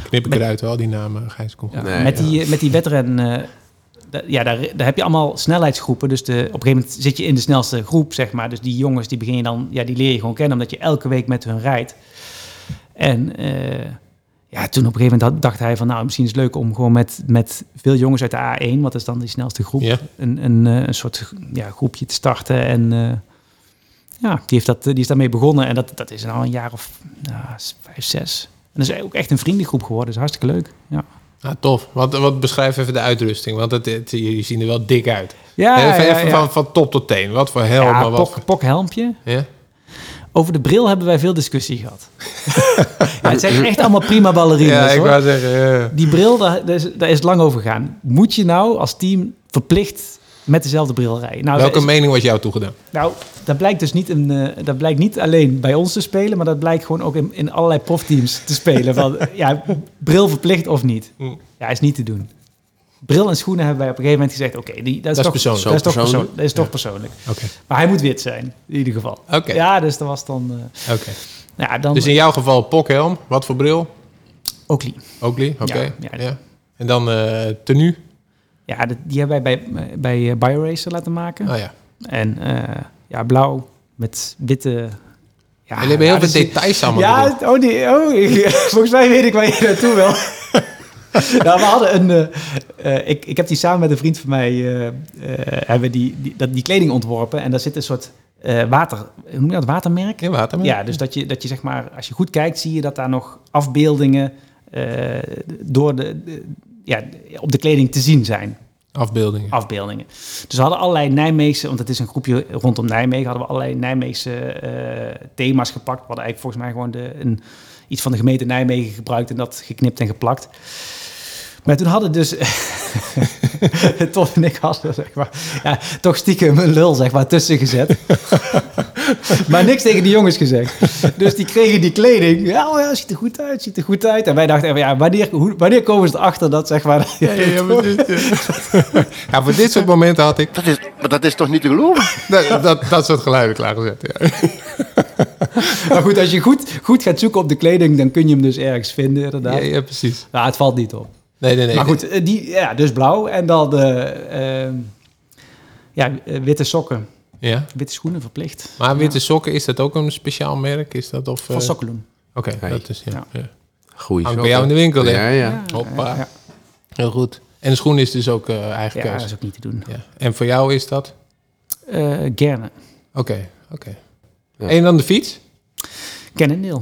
Speaker 2: knip ik
Speaker 4: Met-
Speaker 2: eruit, al die namen, Gijs. Kom.
Speaker 4: ja,
Speaker 3: Nee,
Speaker 4: met,
Speaker 3: ja.
Speaker 4: die, eh, met die wedren, eh, da- ja, daar, daar heb je allemaal snelheidsgroepen. Dus de, op een gegeven moment zit je in de snelste groep, zeg maar. Dus die jongens, die begin je dan, ja, die leer je gewoon kennen, omdat je elke week met hun rijdt. En eh, ja, toen op een gegeven moment had- dacht hij van, nou, misschien is het leuk om gewoon met, met veel jongens uit de A1, wat is dan die snelste groep,
Speaker 2: Ja.
Speaker 4: een, een, eh, een soort ja, groepje te starten. En eh, ja, die, heeft dat, eh, die is daarmee begonnen. En dat, dat is nou een jaar of nou, vijf, zes. En dat is ook echt een vriendengroep geworden. Dat is hartstikke leuk. Ja,
Speaker 2: Ah, tof. Wat, wat beschrijf even de uitrusting, want het, het- jullie zien er wel dik uit.
Speaker 4: ja,
Speaker 2: even even Van, van top tot teen. Wat voor helm,
Speaker 4: Ja,
Speaker 2: maar wat voor...
Speaker 4: pok, pokhelmpje.
Speaker 2: Ja?
Speaker 4: Over de bril hebben wij veel discussie
Speaker 2: *laughs*
Speaker 4: gehad. ja, het zijn echt allemaal prima ballerines.
Speaker 2: ja, ik
Speaker 4: dus, hoor.
Speaker 2: wou zeggen... eh,
Speaker 4: Die bril, daar, daar is, daar is het lang over gegaan. Moet je nou als team verplicht met dezelfde bril rijden? Nou,
Speaker 2: welke
Speaker 4: dat, is-
Speaker 2: mening was jou toegedaan?
Speaker 4: nou, dat blijkt dus niet, een, eh, dat blijkt niet alleen bij ons te spelen, maar dat blijkt gewoon ook in, in allerlei profteams te spelen.
Speaker 2: *laughs*
Speaker 4: Van, ja, bril verplicht of niet?
Speaker 2: Mm.
Speaker 4: Ja, is niet te doen. Bril en schoenen hebben wij op een gegeven moment gezegd: oké, die dat is
Speaker 2: is
Speaker 4: toch
Speaker 2: persoonlijk.
Speaker 4: Dat is toch
Speaker 3: Persoonlijk.
Speaker 4: persoonlijk. Dat is toch persoonlijk.
Speaker 2: Oké.
Speaker 4: Maar hij moet wit zijn, in ieder geval.
Speaker 2: Oké.
Speaker 4: Ja, dus dat was dan. eh,
Speaker 2: Oké.
Speaker 4: nou ja, dan
Speaker 2: Dus in jouw geval pokhelm. Wat voor bril?
Speaker 4: Oakley.
Speaker 2: Oakley? Oké.
Speaker 4: Ja,
Speaker 2: Ja,
Speaker 4: ja.
Speaker 2: En dan eh tenue?
Speaker 4: Ja, dat- die hebben wij bij, bij eh, BioRacer laten maken.
Speaker 2: Ah ja.
Speaker 4: En eh, ja, blauw met witte. Ja,
Speaker 2: Jullie hebben heel
Speaker 4: ja,
Speaker 2: veel
Speaker 4: dus-
Speaker 2: details allemaal.
Speaker 4: Ja,
Speaker 2: Ja,
Speaker 4: het- oh nee, oh, ik- *laughs* volgens mij weet ik waar je naartoe wil. *laughs* nou, we hadden een. eh, eh, ik, ik heb die samen met een vriend van mij. eh, eh, hebben die, die, dat, die kleding ontworpen. En daar zit een soort eh, water. Hoe noem je dat? Watermerk?
Speaker 2: ja, water
Speaker 4: Ja, dus dat je, dat je zeg maar, als je goed kijkt, zie je dat daar nog afbeeldingen eh, door de, de- ja, op de kleding te zien zijn.
Speaker 2: Afbeeldingen.
Speaker 4: Afbeeldingen. Dus we hadden allerlei Nijmeegse, want het is een groepje rondom Nijmegen, hadden we allerlei Nijmeegse eh, thema's gepakt. We hadden eigenlijk volgens mij gewoon de, een, iets van de gemeente Nijmegen gebruikt en dat geknipt en geplakt. Maar toen hadden dus *laughs* Tof en ik hadden zeg maar, ja, toch stiekem een lul zeg maar, tussen gezet. *laughs* maar niks tegen die jongens gezegd. Dus die kregen die kleding. Ja, oh ja, ziet er goed uit, ziet er goed uit. En wij dachten, even, ja, wanneer, hoe, wanneer komen ze erachter dat zeg maar...
Speaker 2: Ja, maar dit, eh, *laughs* ja, voor dit soort momenten had ik
Speaker 5: Dat is, maar dat is toch niet te geloven?
Speaker 2: dat, dat, dat soort geluiden klaargezet. Ja.
Speaker 4: *laughs* Maar goed, als je goed, goed gaat zoeken op de kleding, dan kun je hem dus ergens vinden,
Speaker 2: Ja,
Speaker 4: inderdaad.
Speaker 2: ja, precies.
Speaker 4: Nou, het valt niet op.
Speaker 2: Nee, nee, nee.
Speaker 4: Maar goed, eh, die, ja, dus blauw en dan eh, ehm, ja, eh, witte sokken.
Speaker 2: Ja.
Speaker 4: Witte schoenen verplicht.
Speaker 2: Maar witte sokken, is dat ook een speciaal merk? Is dat of...
Speaker 4: Van
Speaker 2: eh,
Speaker 4: Sokkelum.
Speaker 2: Oké,
Speaker 3: Hey.
Speaker 2: dat is... Ja. Ja.
Speaker 4: Ja.
Speaker 3: Goeie
Speaker 2: Hangt bij
Speaker 3: shot,
Speaker 2: jou in
Speaker 3: hè?
Speaker 2: de winkel, hè?
Speaker 3: Ja, ja.
Speaker 2: Hoppa.
Speaker 4: Ja,
Speaker 2: Heel goed. En de schoen is dus ook eh eigen
Speaker 4: ja, dat
Speaker 2: keuze.
Speaker 4: is ook niet te doen.
Speaker 2: Ja. En voor jou is dat?
Speaker 4: Eh Gerne.
Speaker 2: Oké, oké.
Speaker 3: Ja.
Speaker 2: En dan de fiets?
Speaker 4: Cannondale.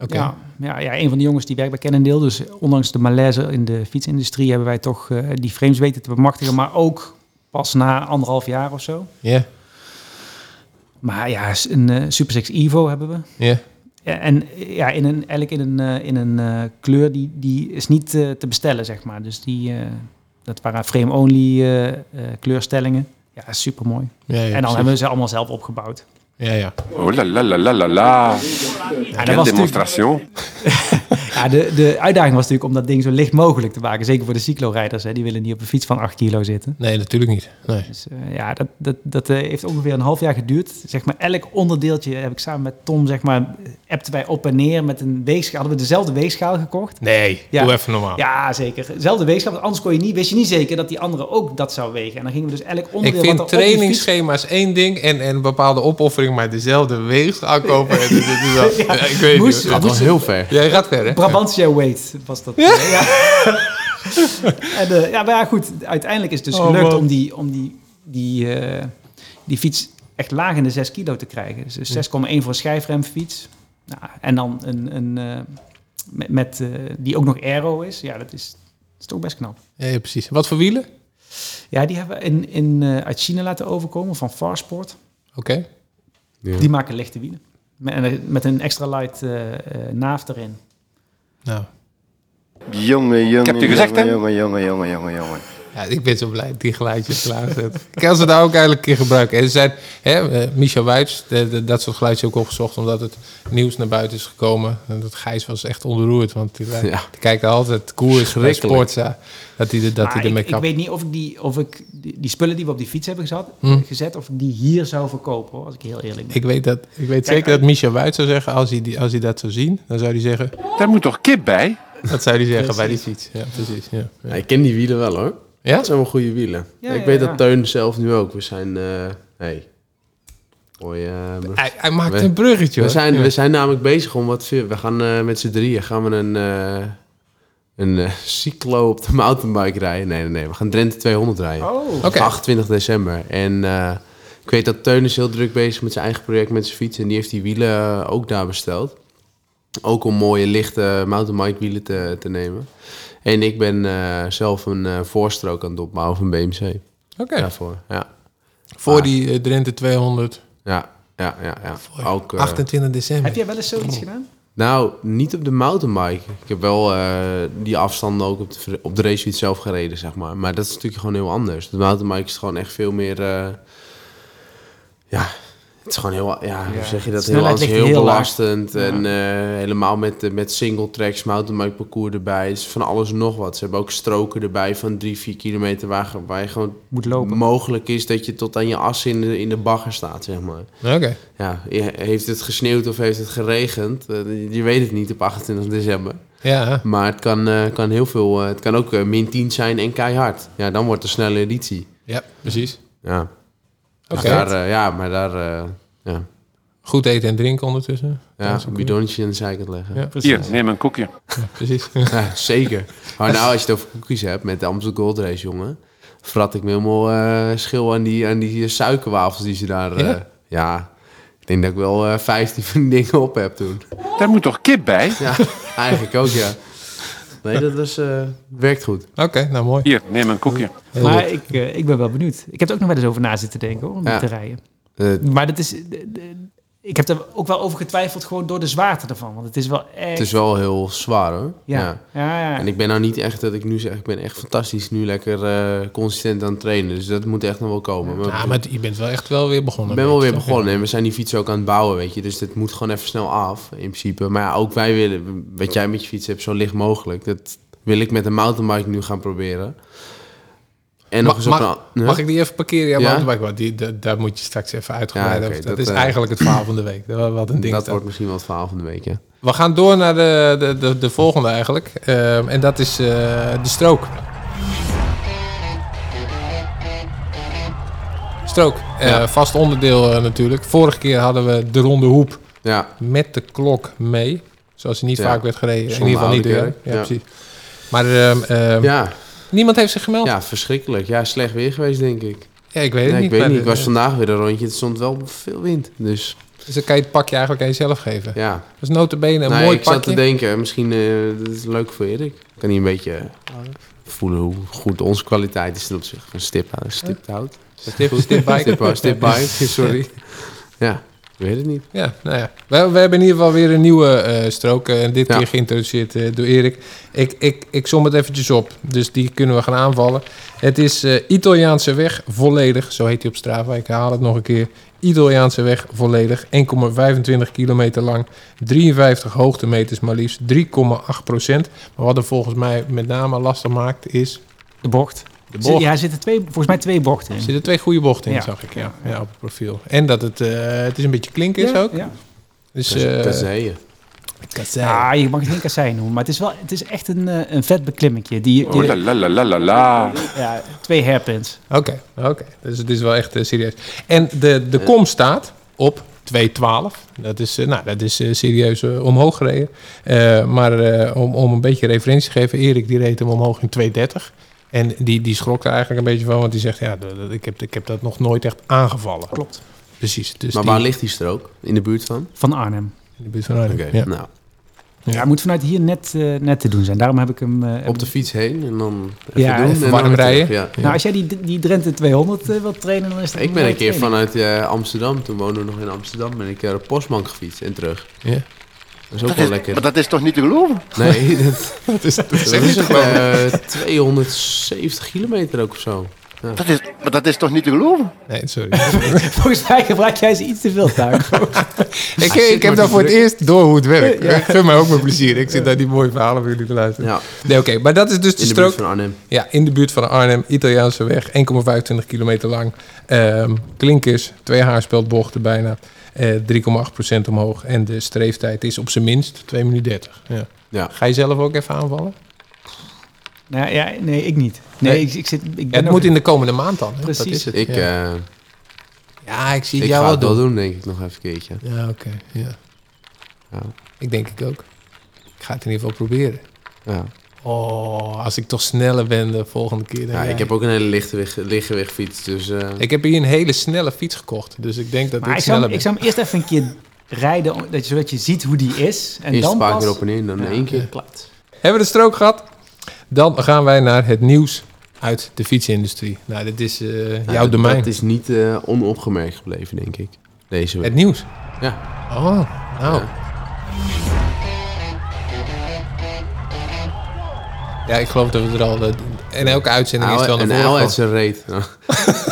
Speaker 2: Oké.
Speaker 4: Ja, ja, ja, een van de jongens die werkt bij Cannondale. Dus ondanks de malaise in de fietsindustrie hebben wij toch eh, die frames weten te bemachtigen. Maar ook pas na anderhalf jaar of zo.
Speaker 2: Ja,
Speaker 4: Maar ja, een eh, Super 6 Evo hebben we.
Speaker 2: ja.
Speaker 4: Ja, en eh, ja, in een, eigenlijk in een, eh, in een eh, kleur die, die is niet eh, te bestellen, zeg maar. Dus die, eh, dat waren frame-only eh, eh, kleurstellingen. Ja, supermooi.
Speaker 2: Ja, ja,
Speaker 4: en dan
Speaker 2: precies.
Speaker 4: hebben we ze allemaal zelf opgebouwd.
Speaker 2: Ja, ja.
Speaker 6: Oh là là là là là là
Speaker 4: Ja, Ah, dat
Speaker 6: Quelle
Speaker 4: was natuurlijk-
Speaker 6: démonstration
Speaker 4: ja, de, de uitdaging was natuurlijk om dat ding zo licht mogelijk te maken. Zeker voor de cyclorijders, hè. die willen niet op een fiets van 8 kilo zitten.
Speaker 2: Nee, natuurlijk niet. Nee.
Speaker 4: Dus eh, ja, dat, dat, dat eh, heeft ongeveer een half jaar geduurd. Zeg maar, elk onderdeeltje heb ik samen met Tom, zeg maar, appten wij op en neer met een weegschaal. Hadden we dezelfde weegschaal gekocht.
Speaker 2: Nee,
Speaker 4: Ja.
Speaker 2: doe even normaal.
Speaker 4: Ja, zeker. Zelfde weegschaal, want anders kon je niet, wist je niet zeker dat die andere ook dat zou wegen. En dan gingen we dus elk
Speaker 2: Ik
Speaker 4: onderdeel...
Speaker 2: vind
Speaker 4: wat er op die fiets-
Speaker 2: trainingsschema's één ding en, en bepaalde opoffering, maar dezelfde weegschaal kopen. *laughs* en dit is
Speaker 4: *laughs*
Speaker 2: wel- ja, ik weet
Speaker 4: moest-
Speaker 2: niet.
Speaker 3: Dat was heel ver.
Speaker 2: Jij gaat verder.
Speaker 4: Brabantia weight was dat. Ja. *laughs* en, eh, ja, maar ja, goed. Uiteindelijk is het dus
Speaker 2: Oh,
Speaker 4: gelukt
Speaker 2: man.
Speaker 4: om die, om die, die, eh, die fiets echt laag in de 6 kilo te krijgen. Dus 6,1 voor een schijfremfiets. Nou, en dan een, een eh, met, met, eh, die ook nog aero is. Ja, dat is, dat is toch best knap.
Speaker 2: Ja, ja, precies. Wat voor wielen? Oké.
Speaker 4: Ja, die hebben we in, in, eh, uit China laten overkomen van Farsport.
Speaker 3: Ja.
Speaker 4: Die maken lichte wielen. Met, en met een extra light eh, eh, naaf erin.
Speaker 2: Nou,
Speaker 5: Jongen, jongen,
Speaker 6: heb je gezegd,
Speaker 5: jongen,
Speaker 6: hè?
Speaker 5: jongen, jongen, jongen, jongen, jongen.
Speaker 2: ja, ik ben zo blij dat die geluidjes klaarzet. Ik kan ze daar ook eigenlijk een keer gebruiken. En ze zijn, hè, eh, Michel Wuits, de- de- dat soort geluidjes ook opgezocht, omdat het nieuws naar buiten is gekomen. En dat Gijs was echt ontroerd, want die, eh,
Speaker 3: Ja.
Speaker 2: die kijkt altijd koers, bij
Speaker 3: Schrikkelijk.
Speaker 2: Sportza, dat hij er- dat hij
Speaker 4: Maar
Speaker 2: ermee
Speaker 4: ik, ik
Speaker 2: kapt.
Speaker 4: weet niet of ik, die, of ik die, die spullen die we op die fiets hebben gezet, gezet of ik die hier zou verkopen, hoor, als ik heel eerlijk ben.
Speaker 2: Ik weet, dat, ik weet zeker
Speaker 4: eh,
Speaker 2: dat Michel Wuit zou zeggen, als hij, die, als hij dat zou zien, dan zou hij zeggen...
Speaker 6: Daar moet toch kip bij
Speaker 2: Dat zou hij zeggen bij die fiets. Ja, precies. Ja.
Speaker 3: Ja, ik ken die wielen wel hoor.
Speaker 2: Ja?
Speaker 3: Dat zijn wel goede wielen.
Speaker 4: Ja,
Speaker 3: ik
Speaker 4: ja,
Speaker 3: weet
Speaker 4: ja.
Speaker 3: dat Teun zelf nu ook. We zijn... eh hey. Mooi, eh, brug.
Speaker 2: Hij, hij maakt
Speaker 3: We-
Speaker 2: een bruggetje.
Speaker 3: we,
Speaker 2: hoor.
Speaker 3: zijn, dus-
Speaker 2: Ja.
Speaker 3: we zijn namelijk bezig om wat... ve- We gaan eh, met z'n drieën gaan we een, eh, een eh, cyclo op de mountainbike rijden. Nee, nee, nee. We gaan Drenthe 200 rijden.
Speaker 4: Oh.
Speaker 2: Oké.
Speaker 3: 28 december. En eh, ik weet dat Teun is heel druk bezig met zijn eigen project met zijn fiets. En die heeft die wielen eh, ook daar besteld. Ook om mooie, lichte mountainbike wielen te, te nemen. En ik ben eh, zelf een eh, voorstrook aan het opbouwen van BMC.
Speaker 2: Oké.
Speaker 3: Daarvoor, ja.
Speaker 2: Voor die eh, Drenthe 200.
Speaker 3: Ja, ja, ja. ja. Ook, eh,
Speaker 2: 28 december.
Speaker 4: Heb jij wel eens zoiets gedaan?
Speaker 3: Nou, niet op de mountainbike. Ik heb wel eh, die afstanden ook op de, ver- op de racefiets zelf gereden, zeg maar. Maar dat is natuurlijk gewoon heel anders. De mountainbike is gewoon echt veel meer... eh, ja, het is gewoon heel... Ja, hoe zeg je dat? Heel,
Speaker 4: Snelheid
Speaker 3: anders,
Speaker 4: ligt
Speaker 3: heel
Speaker 4: heel laag.
Speaker 3: belastend. En eh, helemaal met, eh, met single tracks, mountainbike parcours erbij. Het is van alles en nog wat. Ze hebben ook stroken erbij van drie, vier kilometer... waar, ge- waar je gewoon
Speaker 4: Moet lopen.
Speaker 3: mogelijk is dat je tot aan je as in de, in de bagger staat, zeg maar
Speaker 2: Oké.
Speaker 3: ja, je- heeft het gesneeuwd of heeft het geregend? Eh, Je weet het niet op 28 december.
Speaker 2: Ja.
Speaker 3: Maar het kan, eh, kan heel veel. eh, het kan ook eh, min 10 zijn en keihard. Ja, dan wordt het een snelle editie.
Speaker 2: ja, precies.
Speaker 3: Ja,
Speaker 2: Oké.
Speaker 3: Dus daar, eh, ja maar daar. eh, ja,
Speaker 2: Goed eten en drinken ondertussen.
Speaker 3: ja een bidonnetje aan de zijkant leggen.
Speaker 2: Ja.
Speaker 3: Ja.
Speaker 6: Hier, neem een koekje.
Speaker 2: Precies. *laughs*
Speaker 3: zeker. Maar nou, als je het over cookies hebt met de Amstel Gold Race, jongen. Vrat ik me helemaal eh, schil aan die, aan die eh, suikerwafels die ze daar. eh,
Speaker 2: Ja?
Speaker 3: ja, ik denk dat ik wel eh 15 van die *laughs* dingen op heb toen.
Speaker 6: Daar moet toch kip bij?
Speaker 3: Ja, eigenlijk ook, ja. Nee, dat is, eh, werkt goed.
Speaker 2: Oké, nou mooi.
Speaker 6: Hier, neem een koekje.
Speaker 2: Heel
Speaker 4: Maar
Speaker 2: goed.
Speaker 4: ik, eh, ik ben wel benieuwd. Ik heb er ook nog wel eens over na zitten denken hoor, om die
Speaker 3: Ja.
Speaker 4: te rijden.
Speaker 3: Eh,
Speaker 4: Maar dat is... de- de- ik heb er ook wel over getwijfeld, gewoon door de zwaarte ervan. Want het is wel echt...
Speaker 3: het is wel heel zwaar, hoor.
Speaker 4: ja. Ja, ja.
Speaker 3: En ik ben nou niet echt dat ik nu zeg, ik ben echt fantastisch nu lekker eh, consistent aan het trainen. Dus dat moet echt nog wel komen. Maar,
Speaker 2: Ja, Ah, maar het- je bent wel echt wel weer begonnen.
Speaker 3: ik ben wel
Speaker 2: met
Speaker 3: weer
Speaker 2: het,
Speaker 3: begonnen en we zijn die fiets ook aan het bouwen, weet je. Dus dit moet gewoon even snel af, in principe. Maar ja, ook wij willen, wat jij met je fiets hebt, zo licht mogelijk. Dat wil ik met een mountainbike nu gaan proberen. En nog
Speaker 2: Mag,
Speaker 3: eens op
Speaker 2: mag,
Speaker 3: een...
Speaker 2: mag ik die even parkeren? Ja,
Speaker 3: Ja?
Speaker 2: mountainbike, want die, da- daar moet je straks even uitgebreid
Speaker 3: Ja, oké,
Speaker 2: over. Dat,
Speaker 3: dat,
Speaker 2: is
Speaker 3: eh,
Speaker 2: eigenlijk het verhaal van de week. Dat- Wat een ding.
Speaker 3: dat
Speaker 2: is
Speaker 3: wordt misschien wel het verhaal van de week, ja.
Speaker 2: We gaan door naar de, de, de, de volgende eigenlijk. Ehm, en dat is eh, de strook. Strook, eh,
Speaker 3: Ja.
Speaker 2: vast onderdeel eh, natuurlijk. Vorige keer hadden we de ronde hoep
Speaker 3: Ja,
Speaker 2: met de klok mee. Zoals die niet
Speaker 3: Ja.
Speaker 2: vaak werd gereden.
Speaker 3: Zonder
Speaker 2: In ieder geval niet door.
Speaker 3: Oudekerk.
Speaker 2: Ja,
Speaker 3: Ja.
Speaker 2: precies. Maar ehm, ehm,
Speaker 3: ja.
Speaker 2: niemand heeft zich gemeld. Ja,
Speaker 3: Ja, verschrikkelijk. Ja, slecht weer geweest, denk ik.
Speaker 2: ik eh, weet het
Speaker 3: Ja,
Speaker 2: niet.
Speaker 3: ik weet
Speaker 2: maar
Speaker 3: niet. Ik
Speaker 2: de-
Speaker 3: was vandaag weer een rondje. Het stond wel veel wind. Dus
Speaker 2: Dus dan kan je het pakje eigenlijk aan jezelf geven.
Speaker 3: ja.
Speaker 2: Dat is notabene een
Speaker 3: Nou,
Speaker 2: mooi
Speaker 3: ik zat te
Speaker 2: pakje.
Speaker 3: denken, misschien eh dat is leuk voor Erik. Kan hij een beetje eh,
Speaker 5: Oh.
Speaker 3: voelen hoe goed onze kwaliteit is ten opzichte van stip, stiphout.
Speaker 2: Stip- stipbike. *laughs*
Speaker 3: Stip, stipbike, sorry. Ja, ik weet het niet.
Speaker 2: Ja, nou ja. We, we hebben in ieder geval weer een nieuwe eh, strook. eh, En dit
Speaker 3: Ja.
Speaker 2: keer geïntroduceerd eh, door Erik. Ik, ik, ik som het eventjes op. Dus die kunnen we gaan aanvallen. Het is eh, Italiaanse weg volledig. Zo heet hij op Strava. Ik haal het nog een keer. Italiaanse weg volledig. 1,25 kilometer lang. 53 hoogtemeters maar liefst. 3,8 procent. Maar wat er volgens mij met name lastig maakt is...
Speaker 4: De bocht.
Speaker 2: De
Speaker 4: Zit-
Speaker 2: bocht.
Speaker 4: Ja, er zitten twee, volgens mij twee bochten in.
Speaker 2: Er zitten twee goede bochten in,
Speaker 4: Ja.
Speaker 2: zag ik. Ja. Ja, op het profiel. En dat het, eh, het is een beetje klink is
Speaker 4: Ja,
Speaker 2: ook.
Speaker 4: Ja.
Speaker 2: Dus,
Speaker 3: Dat is-
Speaker 2: eh,
Speaker 3: dat zei je.
Speaker 4: Ah, je mag het geen kassei noemen, maar het is wel, het is echt een, eh, een vet beklimmetje. Die,
Speaker 6: Oh,
Speaker 4: die-
Speaker 6: la la la la la la.
Speaker 4: ja, twee hairpins.
Speaker 2: Oké, oké. Dus het is wel echt eh, serieus. En de, de kom staat op 2,12. Dat is, eh, nou, dat is eh, serieus eh, omhoog gereden. Eh, maar eh, om, om een beetje referentie te geven, Erik die reed hem omhoog in 2,30. En die, die schrok er eigenlijk een beetje van, want die zegt, ja, dat- dat- ik heb, ik heb dat nog nooit echt aangevallen. Klopt. Precies. Dus
Speaker 3: Maar
Speaker 2: die-
Speaker 3: waar ligt die strook? In de buurt van?
Speaker 4: Van Arnhem.
Speaker 2: in de buurt van Arnhem.
Speaker 3: Oké,
Speaker 2: Ja.
Speaker 3: nou.
Speaker 4: Ja. hij moet vanuit hier net, eh, net te doen zijn. Daarom heb ik hem... eh,
Speaker 3: Op de fiets heen en dan even
Speaker 4: Ja,
Speaker 3: doen.
Speaker 4: even
Speaker 3: en dan
Speaker 2: warm
Speaker 3: weer terug,
Speaker 2: rijden.
Speaker 3: Ja.
Speaker 4: Nou, als jij die, die Drenthe 200 eh, wilt trainen, dan is dat
Speaker 3: Ik ben
Speaker 4: mooie
Speaker 3: een keer
Speaker 4: training.
Speaker 3: vanuit eh, Amsterdam, toen woonden we nog in Amsterdam, ben ik naar de postbank gefietst en terug. *laughs*
Speaker 2: Ja.
Speaker 3: Dat is ook
Speaker 5: Dat
Speaker 3: wel
Speaker 5: is, maar
Speaker 3: lekker.
Speaker 5: dat is toch niet te geloven?
Speaker 3: Nee, *laughs* dat,
Speaker 2: Dat is, dat is
Speaker 3: dat is ook eh, 270 kilometer ook of zo.
Speaker 5: Dat is, maar dat is toch niet te geloven?
Speaker 2: Nee,
Speaker 3: *laughs*
Speaker 2: sorry.
Speaker 4: *laughs* Volgens mij gebruik jij ze iets te veel daar.
Speaker 2: ik, ik heb daar voor het eerst door hoe het werkt. Ik vind mij ook mijn plezier. Ik zit naar die mooie verhalen voor jullie te luisteren.
Speaker 3: Ja,
Speaker 2: Nee, oké. maar dat is dus de,
Speaker 3: in de
Speaker 2: strook.
Speaker 3: buurt van Arnhem.
Speaker 2: Ja, in de buurt van Arnhem, Italiaanse weg, 1,25 kilometer lang. Ehm, klinkers, twee haarspeldbochten bijna. Eh 3,8% omhoog. En de streeftijd is op zijn minst 2 minuten 30. Ja.
Speaker 3: Ja.
Speaker 2: Ga je zelf ook even aanvallen?
Speaker 4: Nou ja, nee, ik niet. Nee,
Speaker 2: Nee.
Speaker 4: Ik, ik zit... Ik ben
Speaker 2: Het
Speaker 4: nog-
Speaker 2: moet in de komende maand dan. Hè? Dat
Speaker 4: Precies.
Speaker 2: is het.
Speaker 3: Ik,
Speaker 2: ja.
Speaker 3: eh,
Speaker 2: Ja, ik zie
Speaker 3: ik
Speaker 2: het
Speaker 3: ga
Speaker 2: jou wel
Speaker 3: het wel
Speaker 2: doen.
Speaker 3: doen, denk ik, nog even een keertje.
Speaker 2: Ja, oké. ja.
Speaker 3: Ja.
Speaker 2: Ik denk ik ook. Ik ga het in ieder geval proberen.
Speaker 3: Ja.
Speaker 2: Oh, als ik toch sneller ben de volgende keer. dan
Speaker 3: Ja,
Speaker 2: jij.
Speaker 3: ik heb ook een hele lichtgewicht, lichtgewicht fiets, dus... eh,
Speaker 2: ik heb hier een hele snelle fiets gekocht. Dus ik denk dat
Speaker 4: Maar
Speaker 2: ik
Speaker 4: ik zou,
Speaker 2: sneller
Speaker 4: hem-
Speaker 2: ben.
Speaker 4: ik zou hem eerst even een keer rijden, om- dat je, zodat je ziet hoe die is. En
Speaker 3: eerst
Speaker 4: dan
Speaker 3: een paar
Speaker 4: pas...
Speaker 3: keer op en neer en dan één keer
Speaker 2: eh,
Speaker 3: klats.
Speaker 2: Hebben we de strook gehad? Dan gaan wij naar het nieuws uit de fietsindustrie. Nou, dit is eh, jouw
Speaker 3: dat,
Speaker 2: domein.
Speaker 3: Dat is niet eh, onopgemerkt gebleven, denk ik, deze
Speaker 2: Het
Speaker 3: week.
Speaker 2: nieuws.
Speaker 3: Ja.
Speaker 2: Oh, nou. Ja, ik geloof dat we er al... eh, in elke uitzending is het wel
Speaker 3: Oude-
Speaker 2: naar
Speaker 3: Een
Speaker 2: voren
Speaker 3: uil uit
Speaker 2: gekomen.
Speaker 3: zijn reet.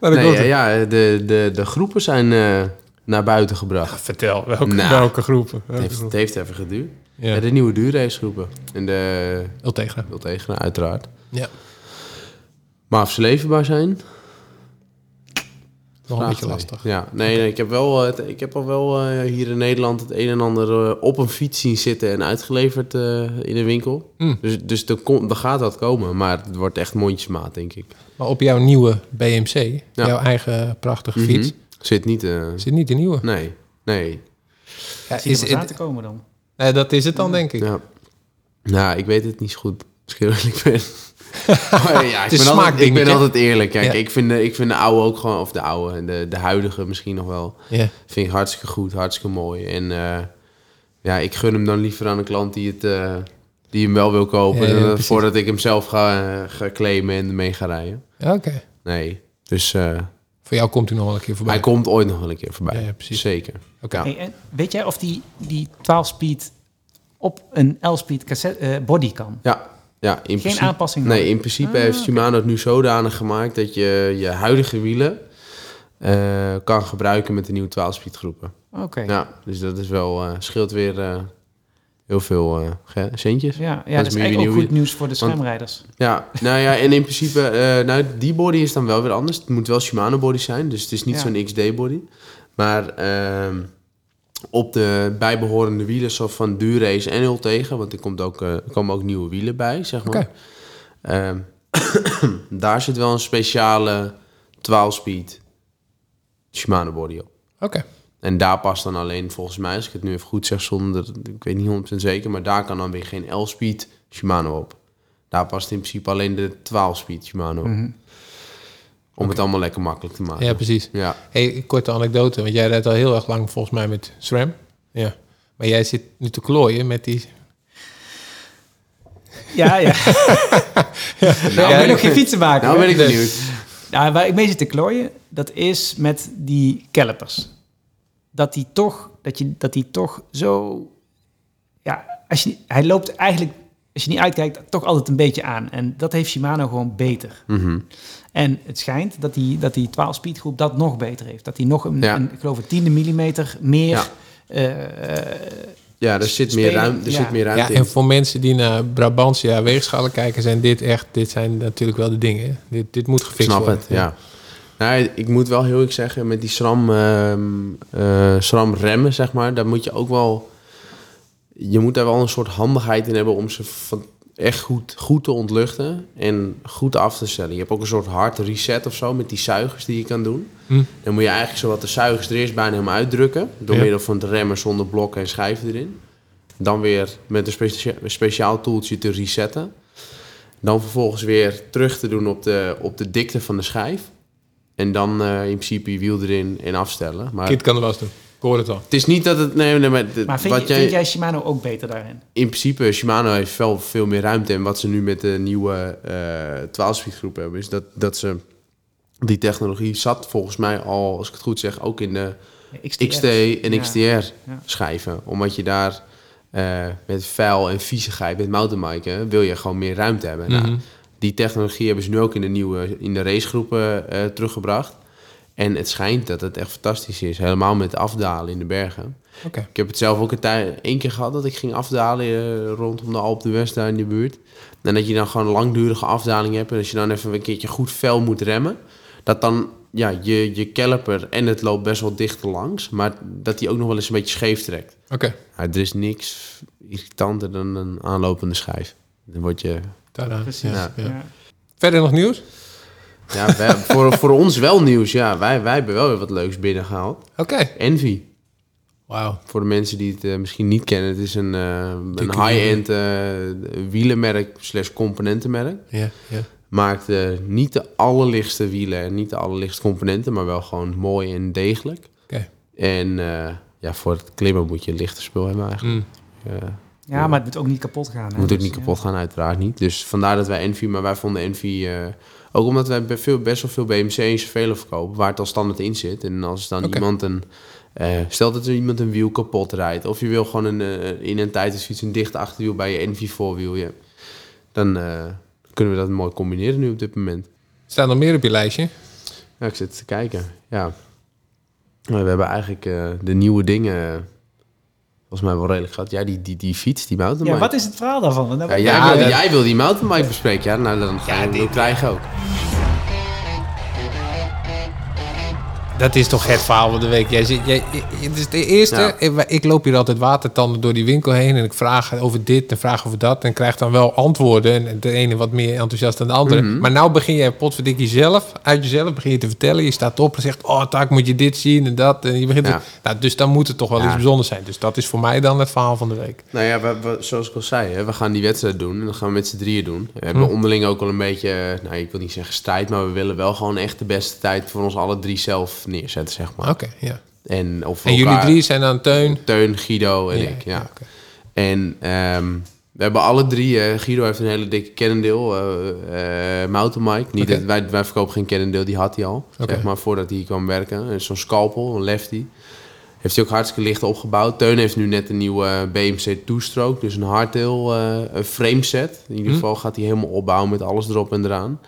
Speaker 2: Maar Nou, dat
Speaker 3: Nee,
Speaker 2: komt
Speaker 3: ja,
Speaker 2: het.
Speaker 3: ja, de, de, de groepen zijn eh, naar buiten gebracht.
Speaker 2: Vertel, welke,
Speaker 3: Nou.
Speaker 2: welke groepen?
Speaker 3: het,
Speaker 2: Welke
Speaker 3: heeft, het
Speaker 2: groepen?
Speaker 3: heeft even geduurd.
Speaker 2: Ja.
Speaker 3: Ja, de nieuwe duurracegroepen. En de
Speaker 2: Ultegra.
Speaker 3: Wiltegena, uiteraard.
Speaker 2: Ja,
Speaker 3: Maar of ze leverbaar zijn?
Speaker 2: nog een
Speaker 3: Vraag
Speaker 2: beetje
Speaker 3: twee.
Speaker 2: lastig.
Speaker 3: Ja, nee, nee, ik heb, wel, eh, het- ik heb al wel eh, hier in Nederland het een en ander eh, op een fiets zien zitten en uitgeleverd eh, in de winkel.
Speaker 2: Hmm.
Speaker 3: Dus, dus dan, komt dan gaat dat komen, maar het wordt echt mondjesmaat, denk ik.
Speaker 2: Maar op jouw nieuwe BMC, jouw eigen prachtige fiets,
Speaker 3: Mhm. Zit niet... eh,
Speaker 2: zit niet de nieuwe.
Speaker 3: nee, nee.
Speaker 2: Ja,
Speaker 4: Zie je
Speaker 2: is
Speaker 4: er
Speaker 2: het,
Speaker 4: pas aan te komen dan?
Speaker 2: nee, dat is het dan, denk ik.
Speaker 3: Ja. Nou, ik weet het niet zo goed. Als ik eerlijk
Speaker 2: *laughs*
Speaker 3: ben. Maar ja,
Speaker 2: is
Speaker 3: ik ben, altijd, ik
Speaker 2: smaakdingetje.
Speaker 3: ben altijd eerlijk. Kijk,
Speaker 2: Ja.
Speaker 3: ik, vind de, ik vind de oude ook gewoon, of de oude, de, de huidige misschien nog wel,
Speaker 2: Ja.
Speaker 3: vind ik hartstikke goed, hartstikke mooi. En eh, ja, ik gun hem dan liever aan een klant die, het, eh, die hem wel wil
Speaker 2: Ja,
Speaker 3: kopen,
Speaker 2: ja,
Speaker 3: dan-
Speaker 2: precies.
Speaker 3: voordat ik hem zelf ga, eh, ga claimen en mee ga rijden.
Speaker 2: Ja, Oké.
Speaker 3: Nee, dus eh,
Speaker 2: Voor jou komt hij nog wel een keer
Speaker 3: hij
Speaker 2: voorbij.
Speaker 3: komt ooit nog wel een keer voorbij.
Speaker 2: Ja, ja, precies.
Speaker 3: Zeker.
Speaker 2: Oké.
Speaker 3: Ja.
Speaker 4: Hey, en weet jij of die, die 12-speed op een L-speed cassette, eh, body kan?
Speaker 3: Ja, ja in principe.
Speaker 4: aanpassing Ah,
Speaker 3: Nee,
Speaker 4: nodig?
Speaker 3: in principe heeft Shimano het nu zodanig gemaakt dat je je huidige wielen eh, kan gebruiken met de nieuwe 12-speed groepen.
Speaker 4: Oké.
Speaker 3: Ja, dus dat is wel, eh, scheelt weer eh, heel veel eh, ge- centjes.
Speaker 4: Ja, ja,
Speaker 3: is
Speaker 4: dat is
Speaker 3: meer
Speaker 4: eigenlijk ook
Speaker 3: nieuw-
Speaker 4: goed nieuws voor de schermrijders.
Speaker 3: Ja, nou ja, en in principe, eh, nou, die body is dan wel weer anders. Het moet wel Shimano body zijn, dus het is niet
Speaker 4: Ja.
Speaker 3: zo'n XD body. Maar ehm, op de bijbehorende wielen, zoals van Durace en Ultega, want er, komt ook, eh, er komen ook nieuwe wielen bij, zeg maar.
Speaker 2: Oké.
Speaker 3: Ehm, *clears throat* daar zit wel een speciale 12-speed Shimano body op.
Speaker 2: Oké.
Speaker 3: En daar past dan alleen, volgens mij, als ik het nu even goed zeg, zonder, ik weet niet 100% zeker, maar daar kan dan weer geen L-speed Shimano op. Daar past in principe alleen de 12-speed Shimano op. Om het allemaal lekker makkelijk te maken.
Speaker 2: Ja, precies.
Speaker 3: Ja.
Speaker 2: Hey, korte anekdote, want jij rijdt al heel erg lang volgens mij met SRAM. Ja. Maar jij zit nu te klooien met die...
Speaker 4: Ja, ja. Nou, ik ben ook geen fietsenmaker.
Speaker 3: Nou
Speaker 4: hoor.
Speaker 3: ben ik
Speaker 2: Nee.
Speaker 3: benieuwd.
Speaker 4: Nou, waar ik mee zit te klooien, dat is met die calipers. Dat die toch, dat je, dat die toch zo... Ja, als je, hij loopt eigenlijk, als je niet uitkijkt, toch altijd een beetje aan. En dat heeft Shimano gewoon beter.
Speaker 3: Mhm.
Speaker 4: En het schijnt dat die, dat die 12-speed groep dat nog beter heeft. Dat die nog een,
Speaker 3: Ja.
Speaker 4: een, ik geloof een tiende millimeter meer...
Speaker 3: Ja.
Speaker 4: eh, eh,
Speaker 3: Ja, er zit meer
Speaker 4: Spelen,
Speaker 3: ruimte, er
Speaker 4: ja.
Speaker 3: zit meer
Speaker 2: Ja,
Speaker 3: ruimte
Speaker 2: en
Speaker 3: in.
Speaker 2: voor mensen die naar Brabantia weegschalen kijken, zijn dit echt... Dit zijn natuurlijk wel de dingen. hè. Dit, dit moet
Speaker 3: Ik
Speaker 2: gefixt
Speaker 3: snap
Speaker 2: worden.
Speaker 3: het, ja. Nou, ik moet wel heel eerlijk zeggen, met die SRAM, ehm, eh, SRAM remmen, zeg maar, daar moet je ook wel... Je moet daar wel een soort handigheid in hebben om ze van echt goed, goed te ontluchten en goed af te stellen. Je hebt ook een soort hard reset of zo met die zuigers die je kan doen.
Speaker 2: Hm.
Speaker 3: Dan moet je eigenlijk zowat de zuigers er eerst bijna helemaal uitdrukken... door
Speaker 2: Ja.
Speaker 3: middel van het remmen zonder blokken en schijven erin. Dan weer met een specia- een speciaal toeltje te resetten. Dan vervolgens weer terug te doen op de, op de dikte van de schijf. En dan eh, in principe je wiel erin en afstellen. Maar
Speaker 2: Kit kan er wel eens doen. Ik hoor het al.
Speaker 3: het is niet dat het... Nee, nee, maar, d-
Speaker 4: maar vind,
Speaker 3: wat
Speaker 4: je,
Speaker 3: jij,
Speaker 4: vind jij Shimano ook beter daarin?
Speaker 3: In principe, Shimano heeft wel veel meer ruimte. En wat ze nu met de nieuwe eh 12-speed groep hebben... is dat, dat ze... Die technologie zat volgens mij al, als ik het goed zeg... ook in de
Speaker 4: XTR.
Speaker 3: XT en
Speaker 4: Ja.
Speaker 3: XTR schijven. Omdat je daar eh, met vuil en viezigheid, met mountainbiken, wil je gewoon meer ruimte hebben. Nou, die technologie hebben ze nu ook in de nieuwe, in de racegroepen eh, teruggebracht. En het schijnt dat het echt fantastisch is. Helemaal met afdalen in de bergen.
Speaker 2: Oké.
Speaker 3: Ik heb het zelf ook een tijd, één keer gehad dat ik ging afdalen eh, rondom de Alp de West daar in de buurt. En dat je dan gewoon een langdurige afdaling hebt. En als je dan even een keertje goed fel moet remmen. Dat dan ja, je, je caliper en het loopt best wel dicht langs. Maar dat die ook nog wel eens een beetje scheef trekt.
Speaker 2: Oké.
Speaker 3: Ja, er is niks irritanter dan een aanlopende schijf. Dan word je...
Speaker 2: Tada.
Speaker 4: Precies.
Speaker 2: Ja, ja.
Speaker 4: Ja.
Speaker 2: Verder nog nieuws?
Speaker 3: Ja, wij- *laughs* voor, voor ons wel nieuws. Ja, wij, wij hebben wel weer wat leuks binnengehaald.
Speaker 2: Oké.
Speaker 3: Envy.
Speaker 2: Wauw.
Speaker 3: Voor de mensen die het eh, misschien niet kennen, het is een, eh, een
Speaker 2: Dikke
Speaker 3: high-end eh, wielenmerk slash componentenmerk.
Speaker 2: Ja, ja.
Speaker 3: Maakt eh, niet de allerlichtste wielen en niet de allerlichtste componenten, maar wel gewoon mooi en degelijk.
Speaker 2: Oké.
Speaker 3: En eh, ja, voor het klimmen moet je een lichter spul hebben eigenlijk.
Speaker 2: Mm.
Speaker 3: Eh,
Speaker 4: Ja, maar het moet ook niet kapot gaan. hè.
Speaker 3: moet ook
Speaker 4: Dus,
Speaker 3: niet
Speaker 4: ja.
Speaker 3: kapot gaan, uiteraard niet. Dus vandaar dat wij Envy, maar wij vonden Envy... eh, ook omdat wij be- veel, best wel veel BMC's velen verkopen, waar het al standaard in zit. En als dan
Speaker 2: Oké.
Speaker 3: iemand een... eh, stel dat er iemand een wiel kapot rijdt... of je wil gewoon een, eh, in een tijd is iets een dicht achterwiel bij je Envy voorwiel... Ja, dan eh, kunnen we dat mooi combineren nu op dit moment.
Speaker 2: Staan er meer op je lijstje?
Speaker 3: Ja, ik zit te kijken, ja. Eh, We hebben eigenlijk eh, de nieuwe dingen... eh, Volgens mij wel redelijk gehad. Ja, die, die, die fiets, die mountainbike.
Speaker 4: Ja, wat is het verhaal daarvan? Want dat-
Speaker 3: Ja, jij,
Speaker 2: Ja,
Speaker 3: wil,
Speaker 2: ja.
Speaker 3: jij wil die mountainbike bespreken, ja? Nou, dan ga je hem krijgen ook.
Speaker 2: Dat is toch het verhaal van de week. Jij zit, jij, je- het is de eerste.
Speaker 3: Ja.
Speaker 2: Ik, ik loop hier altijd watertanden door die winkel heen. En ik vraag over dit en vraag over dat. En krijg dan wel antwoorden. En de ene wat meer enthousiast dan de andere.
Speaker 3: Mhm.
Speaker 2: Maar nou begin jij potverdikkie zelf. Uit jezelf begin je te vertellen. Je staat op en zegt... Oh, taak moet je dit zien en dat. En je begint
Speaker 3: Ja.
Speaker 2: te- nou, dus dan moet het toch wel
Speaker 3: Ja.
Speaker 2: iets bijzonders zijn. Dus dat is voor mij dan het verhaal van de week.
Speaker 3: Nou ja, we, we- zoals ik al zei, hè, we gaan die wedstrijd doen. En dan gaan we met z'n drieën doen. We hebben onderling ook al een beetje, eh, nou, ik wil niet zeggen strijd... maar we willen wel gewoon echt de beste tijd voor ons alle drie zelf neerzetten, zeg maar.
Speaker 2: Oké, ja.
Speaker 3: En, of
Speaker 2: En jullie drie zijn dan Teun.
Speaker 3: Teun, Guido en
Speaker 2: Ja,
Speaker 3: ik, ja.
Speaker 2: ja, oké.
Speaker 3: En ehm, we hebben alle drie... eh, Guido heeft een hele dikke kennendeel, eh eh mountainbike. Niet
Speaker 2: Oké.
Speaker 3: dat, wij, wij verkopen geen kennendeel, die had hij al.
Speaker 2: Oké.
Speaker 3: Zeg maar, voordat hij hier kwam werken. En Zo'n scalpel, een lefty. Heeft hij ook hartstikke licht opgebouwd. Teun heeft nu net een nieuwe eh, BMC two-stroke. Dus een hardtail eh, een frameset. In
Speaker 2: Hm?
Speaker 3: ieder geval gaat hij helemaal opbouwen met alles erop en eraan.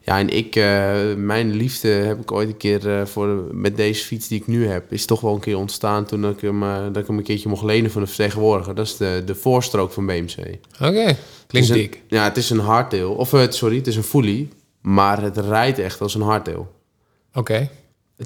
Speaker 3: Ja, en ik, eh, mijn liefde heb ik ooit een keer eh, voor, met deze fiets die ik nu heb, is toch wel een keer ontstaan toen ik hem, eh, dat ik hem een keertje mocht lenen van een vertegenwoordiger. Dat is de, de voorstrook van BMC.
Speaker 2: Oké,
Speaker 3: Het is
Speaker 2: klinkt
Speaker 3: Dus een-
Speaker 2: dik.
Speaker 3: Ja, het is een hardtail. Of eh, sorry, het is een fully, maar het rijdt echt als een hardtail.
Speaker 2: Oké,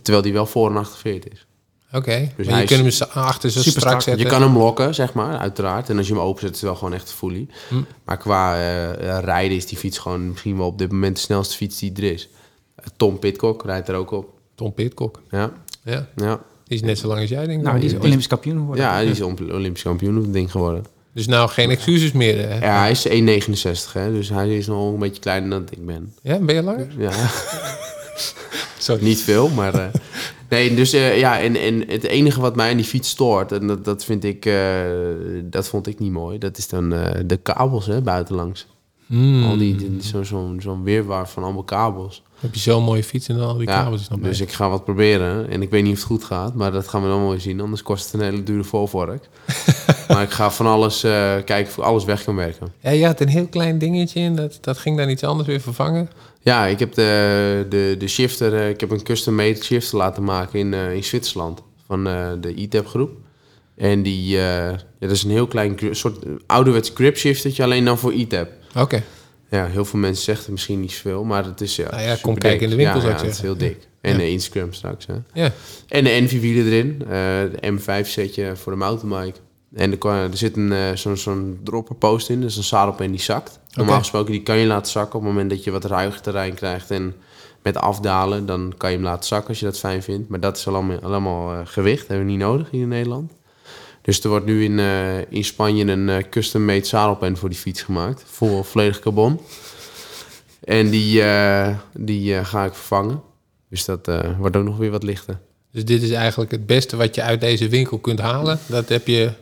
Speaker 3: Terwijl die wel voor en achterveerd is.
Speaker 2: oké. Maar
Speaker 3: Dus hij
Speaker 2: je
Speaker 3: is
Speaker 2: kunt hem zo- achter zo
Speaker 4: super
Speaker 2: strak
Speaker 4: strak.
Speaker 2: zetten.
Speaker 3: Je kan hem lokken, zeg maar, uiteraard. En als je hem openzet, is het wel gewoon echt een fully.
Speaker 2: Hm.
Speaker 3: Maar qua eh, rijden is die fiets gewoon misschien wel op dit moment de snelste fiets die er is. Eh, Tom Pitcock rijdt er ook op.
Speaker 2: Tom Pitcock.
Speaker 3: Ja,
Speaker 2: Ja,
Speaker 3: ja.
Speaker 2: die is net zo lang als jij, denk ik.
Speaker 4: Nou, die is Olympisch kampioen
Speaker 2: Oh,
Speaker 4: geworden.
Speaker 3: Ja, hij is Olymp- Olympisch kampioen op het ding geworden.
Speaker 2: Dus nou geen excuses meer. hè?
Speaker 3: Ja, hij is 1,69, hè, dus hij is nog een beetje kleiner dan ik ben.
Speaker 2: Ja, ben je langer?
Speaker 3: Ja, *laughs*
Speaker 2: Sorry.
Speaker 3: niet veel, maar... eh, nee, dus eh, ja, en, en het enige wat mij aan die fiets stoort, en dat, dat vind ik, eh, dat vond ik niet mooi, dat is dan eh, de kabels, hè, buitenlangs.
Speaker 2: Mm,
Speaker 3: Al die, die- zo, zo'n zo'n weerwaar van allemaal kabels.
Speaker 2: heb je zo'n mooie fiets en dan al die kabels is nog
Speaker 3: dus
Speaker 2: bij.
Speaker 3: ik ga wat proberen. En ik weet niet of het goed gaat, maar dat gaan we dan wel zien. Anders kost het een hele dure
Speaker 2: *laughs*
Speaker 3: voorvork. maar ik ga van alles eh, kijken of ik alles weg kan werken.
Speaker 2: Ja, je had een heel klein dingetje in, dat, dat ging dan iets anders weer vervangen.
Speaker 3: Ja, ik heb de, de, de shifter, eh, ik heb een custom made shifter laten maken in, eh, in Zwitserland van eh, de ITEP groep. En die, eh, ja, dat is een heel klein gri- soort eh, ouderwets grip shiftertje, alleen dan voor ITEP.
Speaker 2: Oké,
Speaker 3: Ja, heel veel mensen zeggen het misschien niet veel, maar het is ja.
Speaker 2: Nou ja, kom
Speaker 3: superdik.
Speaker 2: kijken in de winkel,
Speaker 3: ja,
Speaker 2: zou ik
Speaker 3: ja, het is heel
Speaker 2: zeggen.
Speaker 3: dik. En de Instagram straks. Hè.
Speaker 2: ja.
Speaker 3: En de Envy wielen erin, eh, de M5 setje voor de mountainbike. En er, kwam- er zit een, eh, zo'n zo'n dropper post in, dus een zadelpen die zakt. Normaal
Speaker 2: Oké.
Speaker 3: gesproken die kan je laten zakken op het moment dat je wat ruig terrein krijgt. En met afdalen, dan kan je hem laten zakken als je dat fijn vindt. Maar dat is allemaal, allemaal eh, gewicht, hebben we niet nodig hier in Nederland. Dus er wordt nu in, eh, in Spanje een eh, custom-made zadelpen voor die fiets gemaakt. Voor volledig carbon. En die, eh, die eh, ga ik vervangen. Dus dat eh, wordt ook nog weer wat lichter.
Speaker 2: Dus dit is eigenlijk het beste wat je uit deze winkel kunt halen. Dat heb je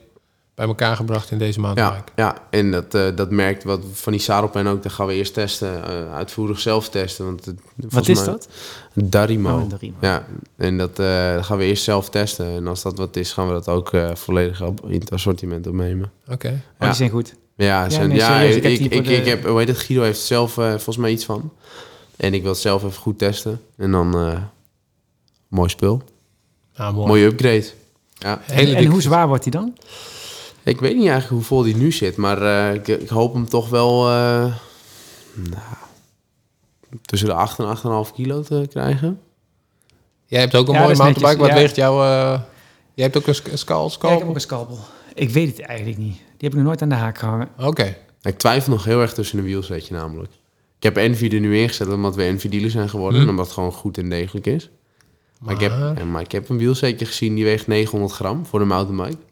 Speaker 2: bij elkaar gebracht in deze maand.
Speaker 3: Ja, ja, en dat, eh, dat merkt wat van die zadelpen ook. Dat gaan we eerst testen, eh, uitvoerig zelf testen. Want het- volgens
Speaker 4: is
Speaker 3: mij-
Speaker 4: dat?
Speaker 3: Darimo.
Speaker 4: Oh, een Darimo.
Speaker 3: Ja, en dat eh, gaan we eerst zelf testen. En als dat wat is, gaan we dat ook eh, volledig op, in het assortiment opnemen.
Speaker 2: Oké,
Speaker 4: Oh, die zijn goed.
Speaker 3: Ja, zijn-
Speaker 4: nee,
Speaker 3: ja,
Speaker 4: serieus, ik
Speaker 3: ik,
Speaker 4: heb die
Speaker 3: ik,
Speaker 4: voor
Speaker 3: ik,
Speaker 4: de-
Speaker 3: heb, hoe heet het, Guido heeft zelf eh, volgens mij iets van. En ik wil het zelf even goed testen. En dan, eh, mooi spul.
Speaker 2: nou mooi.
Speaker 3: Mooie upgrade. Ja.
Speaker 2: Hele
Speaker 4: en
Speaker 2: dikke
Speaker 4: hoe zwaar wordt die dan?
Speaker 3: Ik weet niet eigenlijk hoe vol die nu zit, maar eh, ik, ik hoop hem toch wel eh, nou, tussen de 8 en 8,5 kilo te krijgen.
Speaker 2: Jij hebt ook een
Speaker 4: Ja,
Speaker 2: mooie
Speaker 4: dat is
Speaker 2: mountainbike. Wat
Speaker 4: netjes, ja.
Speaker 2: weegt jouw... eh, jij hebt ook een sc- scal? scal?
Speaker 4: Ja, ik heb ook een scalpel. Ik weet het eigenlijk niet. Die heb ik nog nooit aan de haak gehangen.
Speaker 2: Oké,
Speaker 3: Ik twijfel nog heel erg tussen een wielsetje namelijk. Ik heb Envy er nu ingezet omdat we Envy dealer zijn
Speaker 4: Hm.
Speaker 3: geworden. En omdat het gewoon goed en degelijk is. Maar, Ik, heb, en- maar ik heb een wielsetje gezien die weegt 900 gram voor een mountainbike.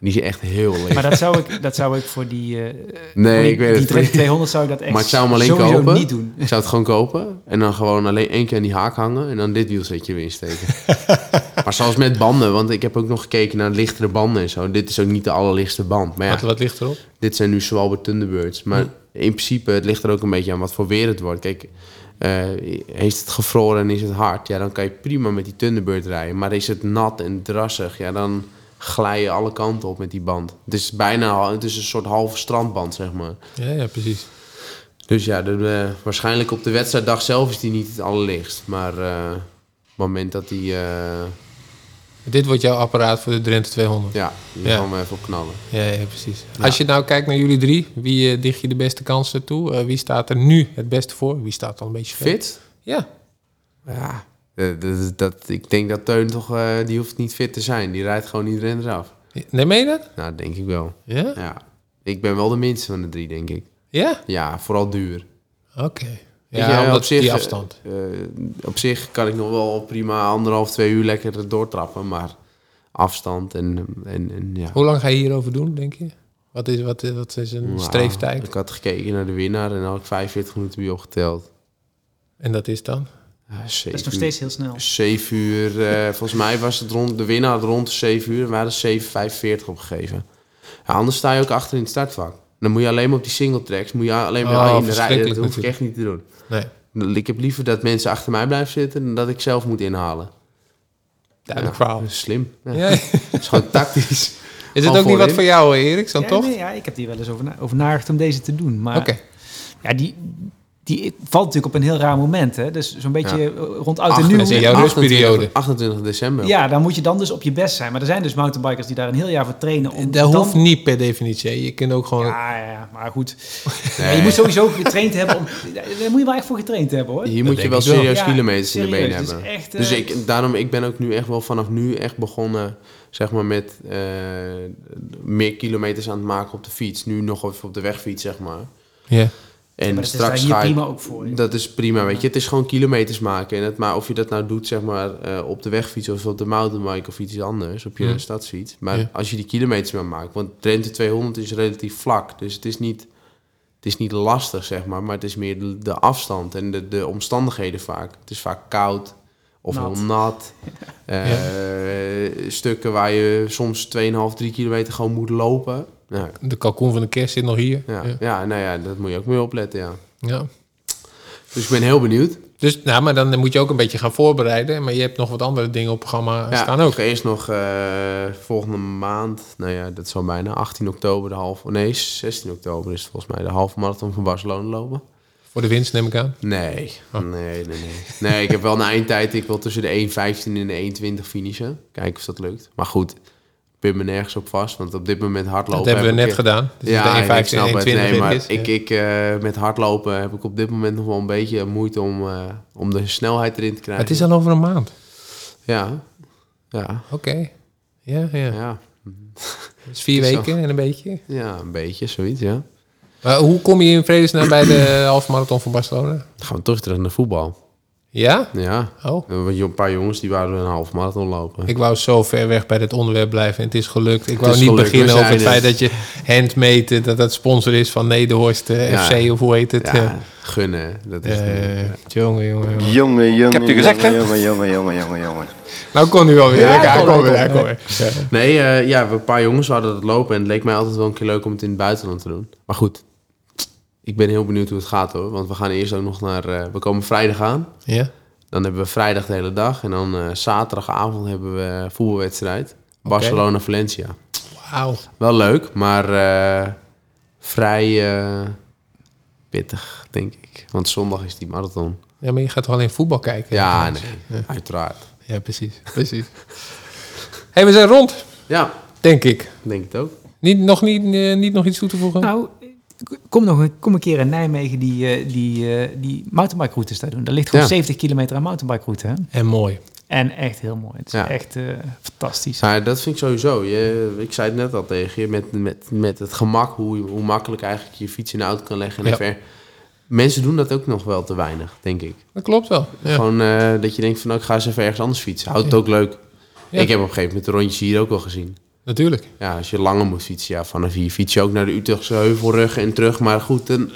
Speaker 3: Die is echt heel leeg.
Speaker 4: Maar dat zou ik, dat zou ik voor die, eh,
Speaker 3: *laughs* nee,
Speaker 4: die,
Speaker 3: ik weet het
Speaker 4: die
Speaker 3: niet.
Speaker 4: 200 zou ik dat echt
Speaker 3: Maar ik zou hem alleen
Speaker 4: sowieso
Speaker 3: kopen.
Speaker 4: niet doen.
Speaker 3: Ik zou het gewoon kopen. En dan gewoon alleen één keer aan die haak hangen. En dan dit wielsetje weer insteken.
Speaker 4: *laughs*
Speaker 3: maar zelfs met banden. Want ik heb ook nog gekeken naar lichtere banden en zo. Dit is ook niet de allerlichtste band. Maar ja,
Speaker 2: Wat, wat ligt erop?
Speaker 3: dit zijn nu Swalbe Thunderbirds. Maar in principe, het ligt er ook een beetje aan wat voor weer het wordt. Kijk, eh, heeft het gevroren en is het hard, ja, dan kan je prima met die Thunderbird rijden. Maar is het nat en drassig, ja, dan glij je alle kanten op met die band. Het is bijna, al- het is een soort halve strandband, zeg maar.
Speaker 2: Ja, ja, precies.
Speaker 3: Dus ja, de, eh, waarschijnlijk op de wedstrijddag zelf is die niet het allerlichtst. Maar eh, op het moment dat die, eh,
Speaker 2: Dit wordt jouw apparaat voor de Drenthe 200.
Speaker 3: ja, die
Speaker 2: Ja.
Speaker 3: gaan we even op knallen.
Speaker 2: Ja, ja precies. Als je nou kijkt naar jullie drie, wie eh, dicht je de beste kansen toe? Eh, wie staat er nu het beste voor? Wie staat al een beetje ver?
Speaker 3: Fit?
Speaker 2: Ja.
Speaker 3: Ja, Eh, dat, dat, dat- ik denk dat Teun toch, eh, die hoeft niet fit te zijn. Die rijdt gewoon iedereen eraf.
Speaker 2: Neem je dat?
Speaker 3: Nou, dat denk ik wel.
Speaker 2: Ja?
Speaker 3: Ja. Ik ben wel de minste van de drie, denk ik.
Speaker 2: Ja?
Speaker 3: Ja, vooral duur.
Speaker 2: Oké.
Speaker 3: Weet je,
Speaker 2: Ja, omdat die
Speaker 3: eh,
Speaker 2: afstand.
Speaker 3: eh, op zich kan ik nog wel prima anderhalf, twee uur lekker doortrappen. Maar afstand en, en, en ja.
Speaker 2: Hoe lang ga je hierover doen, denk je? Wat is, wat, is- wat is een
Speaker 3: Nou,
Speaker 2: streeftijd?
Speaker 3: Ik had gekeken naar de winnaar en dan had ik 45 minuten bij opgeteld.
Speaker 2: En dat is dan?
Speaker 4: Dat is nog steeds heel snel.
Speaker 3: 7 uur, eh, volgens mij was het rond, de winnaar rond de 7 uur en waren 7.45 opgegeven. Ja, anders sta je ook achter in het startvak. Dan moet je alleen maar op die single tracks, moet je alleen maar
Speaker 2: Oh,
Speaker 3: in de rijden.
Speaker 2: verschrikkelijk
Speaker 3: Dat hoef ik
Speaker 2: natuurlijk.
Speaker 3: echt niet te doen.
Speaker 2: Nee.
Speaker 3: Ik heb liever dat mensen achter mij blijven zitten dan dat ik zelf moet inhalen.
Speaker 2: Duidelijk
Speaker 3: Ja, Dus-
Speaker 2: verhaal.
Speaker 3: dat is Slim. Ja,
Speaker 2: *laughs* Ja.
Speaker 3: Dat is gewoon tactisch.
Speaker 2: Is het
Speaker 3: Al
Speaker 2: ook niet wat
Speaker 3: voorin.
Speaker 2: voor jou, eh, Erik, dan
Speaker 4: ja,
Speaker 2: toch?
Speaker 4: nee, ja, ik heb die wel eens over, na- over nagedacht om deze te doen. Maar
Speaker 2: Oké.
Speaker 4: ja, die, die valt natuurlijk op een heel raar moment. Hè? Dus zo'n beetje eh, rond oud en
Speaker 3: 8
Speaker 2: is
Speaker 4: nieuw.
Speaker 2: hij jouw rustperiode.
Speaker 3: 28 december.
Speaker 4: Ja, dan moet je dan dus op je best zijn. Maar er zijn dus mountainbikers die daar een heel jaar voor trainen. Om
Speaker 2: Dat
Speaker 4: dan...
Speaker 2: hoeft niet per definitie. hè. Je kunt ook gewoon...
Speaker 4: Ah, Ja, ja, ja, maar
Speaker 3: *laughs*
Speaker 4: goed. Ja, je moet sowieso getraind hebben. Om... Daar moet je wel echt voor getraind hebben, hoor.
Speaker 3: Hier moet je
Speaker 2: denk
Speaker 3: wel
Speaker 2: ik wel.
Speaker 3: serieus
Speaker 4: Ja,
Speaker 3: kilometers in de
Speaker 4: serieus.
Speaker 3: benen
Speaker 4: Dus
Speaker 3: hebben.
Speaker 4: echt, eh,
Speaker 3: dus ik, daarom, ik ben ook nu echt wel vanaf nu echt begonnen, zeg maar, met eh, meer kilometers aan het maken op de fiets. Nu nog even op de wegfiets, zeg maar.
Speaker 2: Ja.
Speaker 3: En
Speaker 4: maar dat is daar
Speaker 3: straks
Speaker 4: hier
Speaker 3: ga ik-
Speaker 4: prima ook voor, hè?
Speaker 3: Dat is prima, weet je. Het is gewoon kilometers maken. En het, maar of je dat nou doet, zeg maar, eh, op de wegfiets of op de mountainbike of iets anders, op je stadsfiets. Maar
Speaker 2: Ja.
Speaker 3: als je die kilometers maar maakt, want Drenthe 200 is relatief vlak, dus het is niet, het is niet lastig, zeg maar, maar het is meer de, de afstand en de, de omstandigheden vaak. Het is vaak koud of
Speaker 4: Nat. *laughs*
Speaker 3: heel nat. Eh, Stukken waar je soms 2,5, 3 kilometer gewoon moet lopen. Nou, Ja,
Speaker 2: De kalkoen van de kerst zit nog hier.
Speaker 3: ja,
Speaker 2: Ja.
Speaker 3: ja. nou ja, dat moet je ook mee opletten, ja.
Speaker 2: Ja.
Speaker 3: Dus ik ben heel benieuwd.
Speaker 2: Dus, nou, maar dan moet je ook een beetje gaan voorbereiden. Maar je hebt nog wat andere dingen op het programma staan ook.
Speaker 3: Ik ga eerst nog eh, volgende maand, nou ja, dat is al bijna 18 oktober, de half, nee, 16 oktober is het volgens mij de halve marathon van Barcelona lopen. Ah.
Speaker 2: Voor de winst neem ik aan.
Speaker 3: Nee, nee, nee, nee. Nee, ik heb wel een eindtijd, ik wil tussen de 1.15 en de 1.20 finishen. Kijken of dat lukt. Maar goed, ik pin me nergens op vast, want op dit moment hardlopen...
Speaker 2: Dat hebben we
Speaker 3: heb
Speaker 2: net
Speaker 3: ik-
Speaker 2: gedaan. Dus
Speaker 3: ja,
Speaker 2: de 1,15
Speaker 3: ik snap
Speaker 2: en
Speaker 3: het.
Speaker 2: 1,20
Speaker 3: Nee,
Speaker 2: weet
Speaker 3: maar
Speaker 2: is.
Speaker 3: ik,
Speaker 2: Ja.
Speaker 3: ik, eh, met hardlopen heb ik op dit moment nog wel een beetje moeite om, eh, om de snelheid erin te
Speaker 2: Maar
Speaker 3: krijgen.
Speaker 2: het is al over een maand.
Speaker 3: Ja, ja,
Speaker 2: Oké. Ja, ja.
Speaker 3: ja.
Speaker 2: Dat is vier
Speaker 3: Het is
Speaker 2: weken en een beetje.
Speaker 3: Ja, een beetje, zoiets, ja.
Speaker 2: Maar hoe kom je in vredesnaam bij
Speaker 3: *clears throat*
Speaker 2: de halve marathon van Barcelona?
Speaker 3: Dan gaan we terug terug naar voetbal.
Speaker 2: Ja?
Speaker 3: Ja.
Speaker 2: Oh.
Speaker 3: Eh, want Een paar jongens die waren een half marathon lopen.
Speaker 2: Ik wou zo ver weg bij dit onderwerp blijven. en Het is gelukt. Ik wou
Speaker 3: is
Speaker 2: niet
Speaker 3: gelukt, we
Speaker 2: beginnen over het
Speaker 3: zijn
Speaker 2: feit
Speaker 3: er.
Speaker 2: dat je handmeten, dat dat sponsor is van Nederhorst eh,
Speaker 3: Ja.
Speaker 2: FC of hoe heet het.
Speaker 3: ja,
Speaker 2: Ja.
Speaker 3: gunnen. Dat is
Speaker 2: Eh, jongen, jongen, jongen.
Speaker 5: Jongen, jongen.
Speaker 6: heb je gezegd, hè?
Speaker 5: jongen, jongen, jongen, jongen, jongen, jongen.
Speaker 2: Nou kon u wel weer. Ja,
Speaker 4: kon
Speaker 2: kon
Speaker 4: wel.
Speaker 2: weer. ja, kon weer.
Speaker 3: Nee, eh, ja, een paar jongens hadden het lopen en het leek mij altijd wel een keer leuk om het in het buitenland te doen. Maar goed, ik ben heel benieuwd hoe het gaat hoor. Want we gaan eerst ook nog naar, eh, we komen vrijdag aan.
Speaker 2: Ja.
Speaker 3: Dan hebben we vrijdag de hele dag en dan eh, zaterdagavond hebben we voetbalwedstrijd. Barcelona-Valencia.
Speaker 2: Wauw.
Speaker 3: Wel leuk, maar eh, vrij eh, pittig, denk ik. Want zondag is die marathon.
Speaker 2: Ja, maar je gaat toch alleen voetbal kijken?
Speaker 3: Ja, nee, uiteraard.
Speaker 2: Ja, precies. precies. hey, we zijn rond,
Speaker 3: Ja,
Speaker 2: denk ik.
Speaker 3: denk het ook.
Speaker 2: Niet, nog, niet, eh, niet nog iets toe te voegen?
Speaker 4: Nou, k- kom nog een, kom een keer in Nijmegen die, eh, die, eh, die mountainbike routes daar doen. Daar ligt gewoon
Speaker 3: Ja.
Speaker 4: 70 kilometer aan mountainbike route, hè?
Speaker 2: En mooi.
Speaker 7: En echt heel mooi. Het is
Speaker 3: Ja.
Speaker 7: echt eh, fantastisch.
Speaker 3: Maar dat vind ik sowieso. Je, ik zei het net al tegen je, met, met, met het gemak, hoe, hoe makkelijk eigenlijk je fiets in de auto kan leggen. En
Speaker 2: Ja.
Speaker 3: even- Mensen doen dat ook nog wel te weinig, denk ik.
Speaker 2: Dat klopt wel. Ja.
Speaker 3: Gewoon eh, dat je denkt van, nou, ik ga eens even ergens anders fietsen. Houdt het ook leuk.
Speaker 2: Ja.
Speaker 3: Ik heb op een gegeven moment de rondjes hier ook wel gezien.
Speaker 2: Natuurlijk.
Speaker 3: Ja, als je langer moet fietsen, ja, vanaf hier fiets je ook naar de Utrechtse heuvelrug en terug. Maar goed, dan,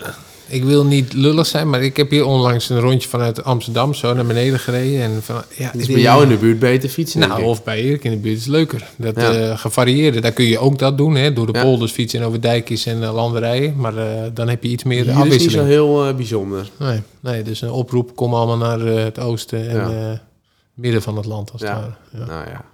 Speaker 2: Ik wil niet lullig zijn, maar ik heb hier onlangs een rondje vanuit Amsterdam zo naar beneden gereden. En van, ja,
Speaker 3: is bij jou in de buurt beter fietsen,
Speaker 2: Nou,
Speaker 3: denk ik.
Speaker 2: of bij Erik in de buurt is leuker. Dat
Speaker 3: Ja.
Speaker 2: eh, gevarieerde, daar kun je ook dat doen. Hè? Door de
Speaker 3: Ja.
Speaker 2: polders fietsen en over dijkjes en eh, landerijen. Maar eh, dan heb je iets meer
Speaker 3: Hier is niet zo
Speaker 2: afwisseling.
Speaker 3: heel eh, bijzonder.
Speaker 2: Nee, nee, dus een oproep, kom allemaal naar eh, het oosten en
Speaker 3: Ja.
Speaker 2: eh, midden van het land als het
Speaker 3: Ja.
Speaker 2: ware. Ja.
Speaker 3: Nou ja.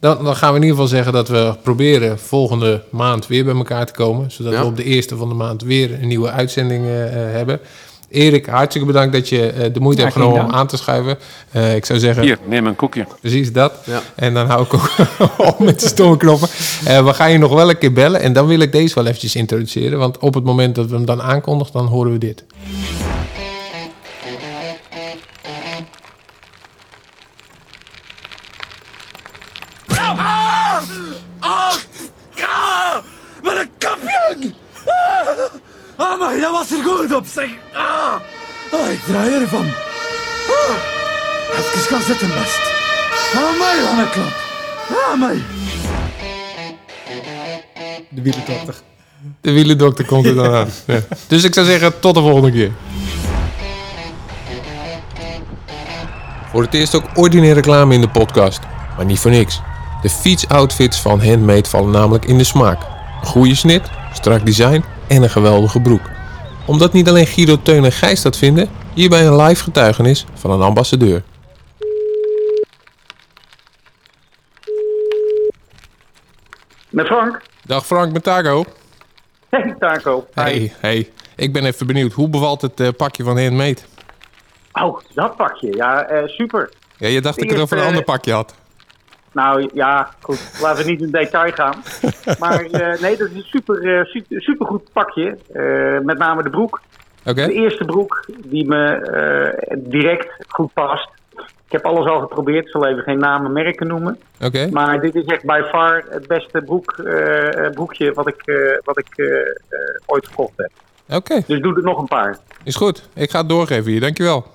Speaker 2: Dan, dan gaan we in ieder geval zeggen dat we proberen volgende maand weer bij elkaar te komen. Zodat
Speaker 3: Ja.
Speaker 2: we op de eerste van de maand weer een nieuwe uitzending eh, eh, hebben. Erik, hartstikke bedankt dat je eh, de moeite
Speaker 7: Ja,
Speaker 2: hebt genomen om
Speaker 7: geen
Speaker 2: aan te schuiven. Eh, ik zou zeggen,
Speaker 6: Hier, neem een koekje.
Speaker 2: precies dat.
Speaker 3: Ja.
Speaker 2: En dan hou ik ook *laughs* op met de stomme knoppen. Eh, we gaan je nog wel een keer bellen. En dan wil ik deze wel eventjes introduceren. Want op het moment dat we hem dan aankondigen, dan horen we dit.
Speaker 1: Wat een kampioen! Ah, ah, maar dat was er goed op, zeg! Ah, ah ik draai ervan. Ah, even gaan zitten, best. Ah, mij, wat een klap. Ah, mij.
Speaker 4: De wielertochter.
Speaker 2: De wielendokter komt er dan aan. Ja. Dus ik zou zeggen, tot de volgende keer. Voor het eerst ook ordinaire reclame in de podcast. Maar niet voor niks. De fietsoutfits van Handmade vallen namelijk in de smaak. Een goede snit, strak design en een geweldige broek. Omdat niet alleen Guido, Teun en Gijs dat vinden, hierbij een live getuigenis van een ambassadeur.
Speaker 8: Met Frank.
Speaker 2: Dag Frank Metago.
Speaker 8: Hey, Taco.
Speaker 2: Hey, hey. Ik ben even benieuwd, hoe bevalt het eh, pakje van Handmade?
Speaker 8: Oh, dat pakje. Ja, eh, super.
Speaker 2: Ja, je dacht dat ik er over een
Speaker 8: Eerst, eh,
Speaker 2: ander pakje had.
Speaker 8: Nou ja, goed. Laten we niet in detail gaan. Maar eh, nee, dat is een super, eh, su- supergoed pakje. Eh, met name de broek.
Speaker 2: Oké?
Speaker 8: De eerste broek die me eh, direct goed past. Ik heb alles al geprobeerd. Ik zal even geen namen merken noemen.
Speaker 2: Oké.
Speaker 8: Maar dit is echt by far het beste broek, eh, broekje wat ik, eh, wat ik eh, eh, ooit gekocht heb.
Speaker 2: Oké,
Speaker 8: Dus doe er nog een paar.
Speaker 2: is goed. Ik ga het doorgeven hier. Dankjewel.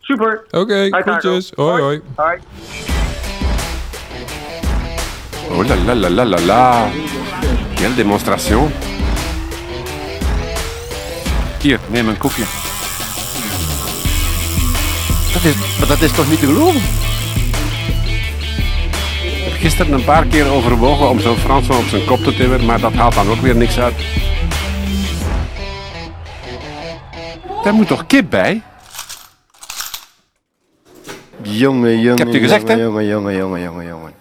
Speaker 8: Super.
Speaker 2: Oké,
Speaker 8: Hi, Taco.
Speaker 2: groetjes. Hoi, hoi.
Speaker 8: Hoi.
Speaker 6: Oh là là là là là là Quelle démonstration Hier, neem een koekje.
Speaker 5: Dat is, maar dat is toch niet te geloven?
Speaker 6: Ik heb gisteren een paar keer overwogen om zo'n Fransman op zijn kop te timmeren, maar dat haalt dan ook weer niks uit. Daar moet toch kip bij?
Speaker 5: Jongen, jongen.
Speaker 6: heb je gezegd, hè?
Speaker 5: jongen, jongen, jongen, jongen, jongen.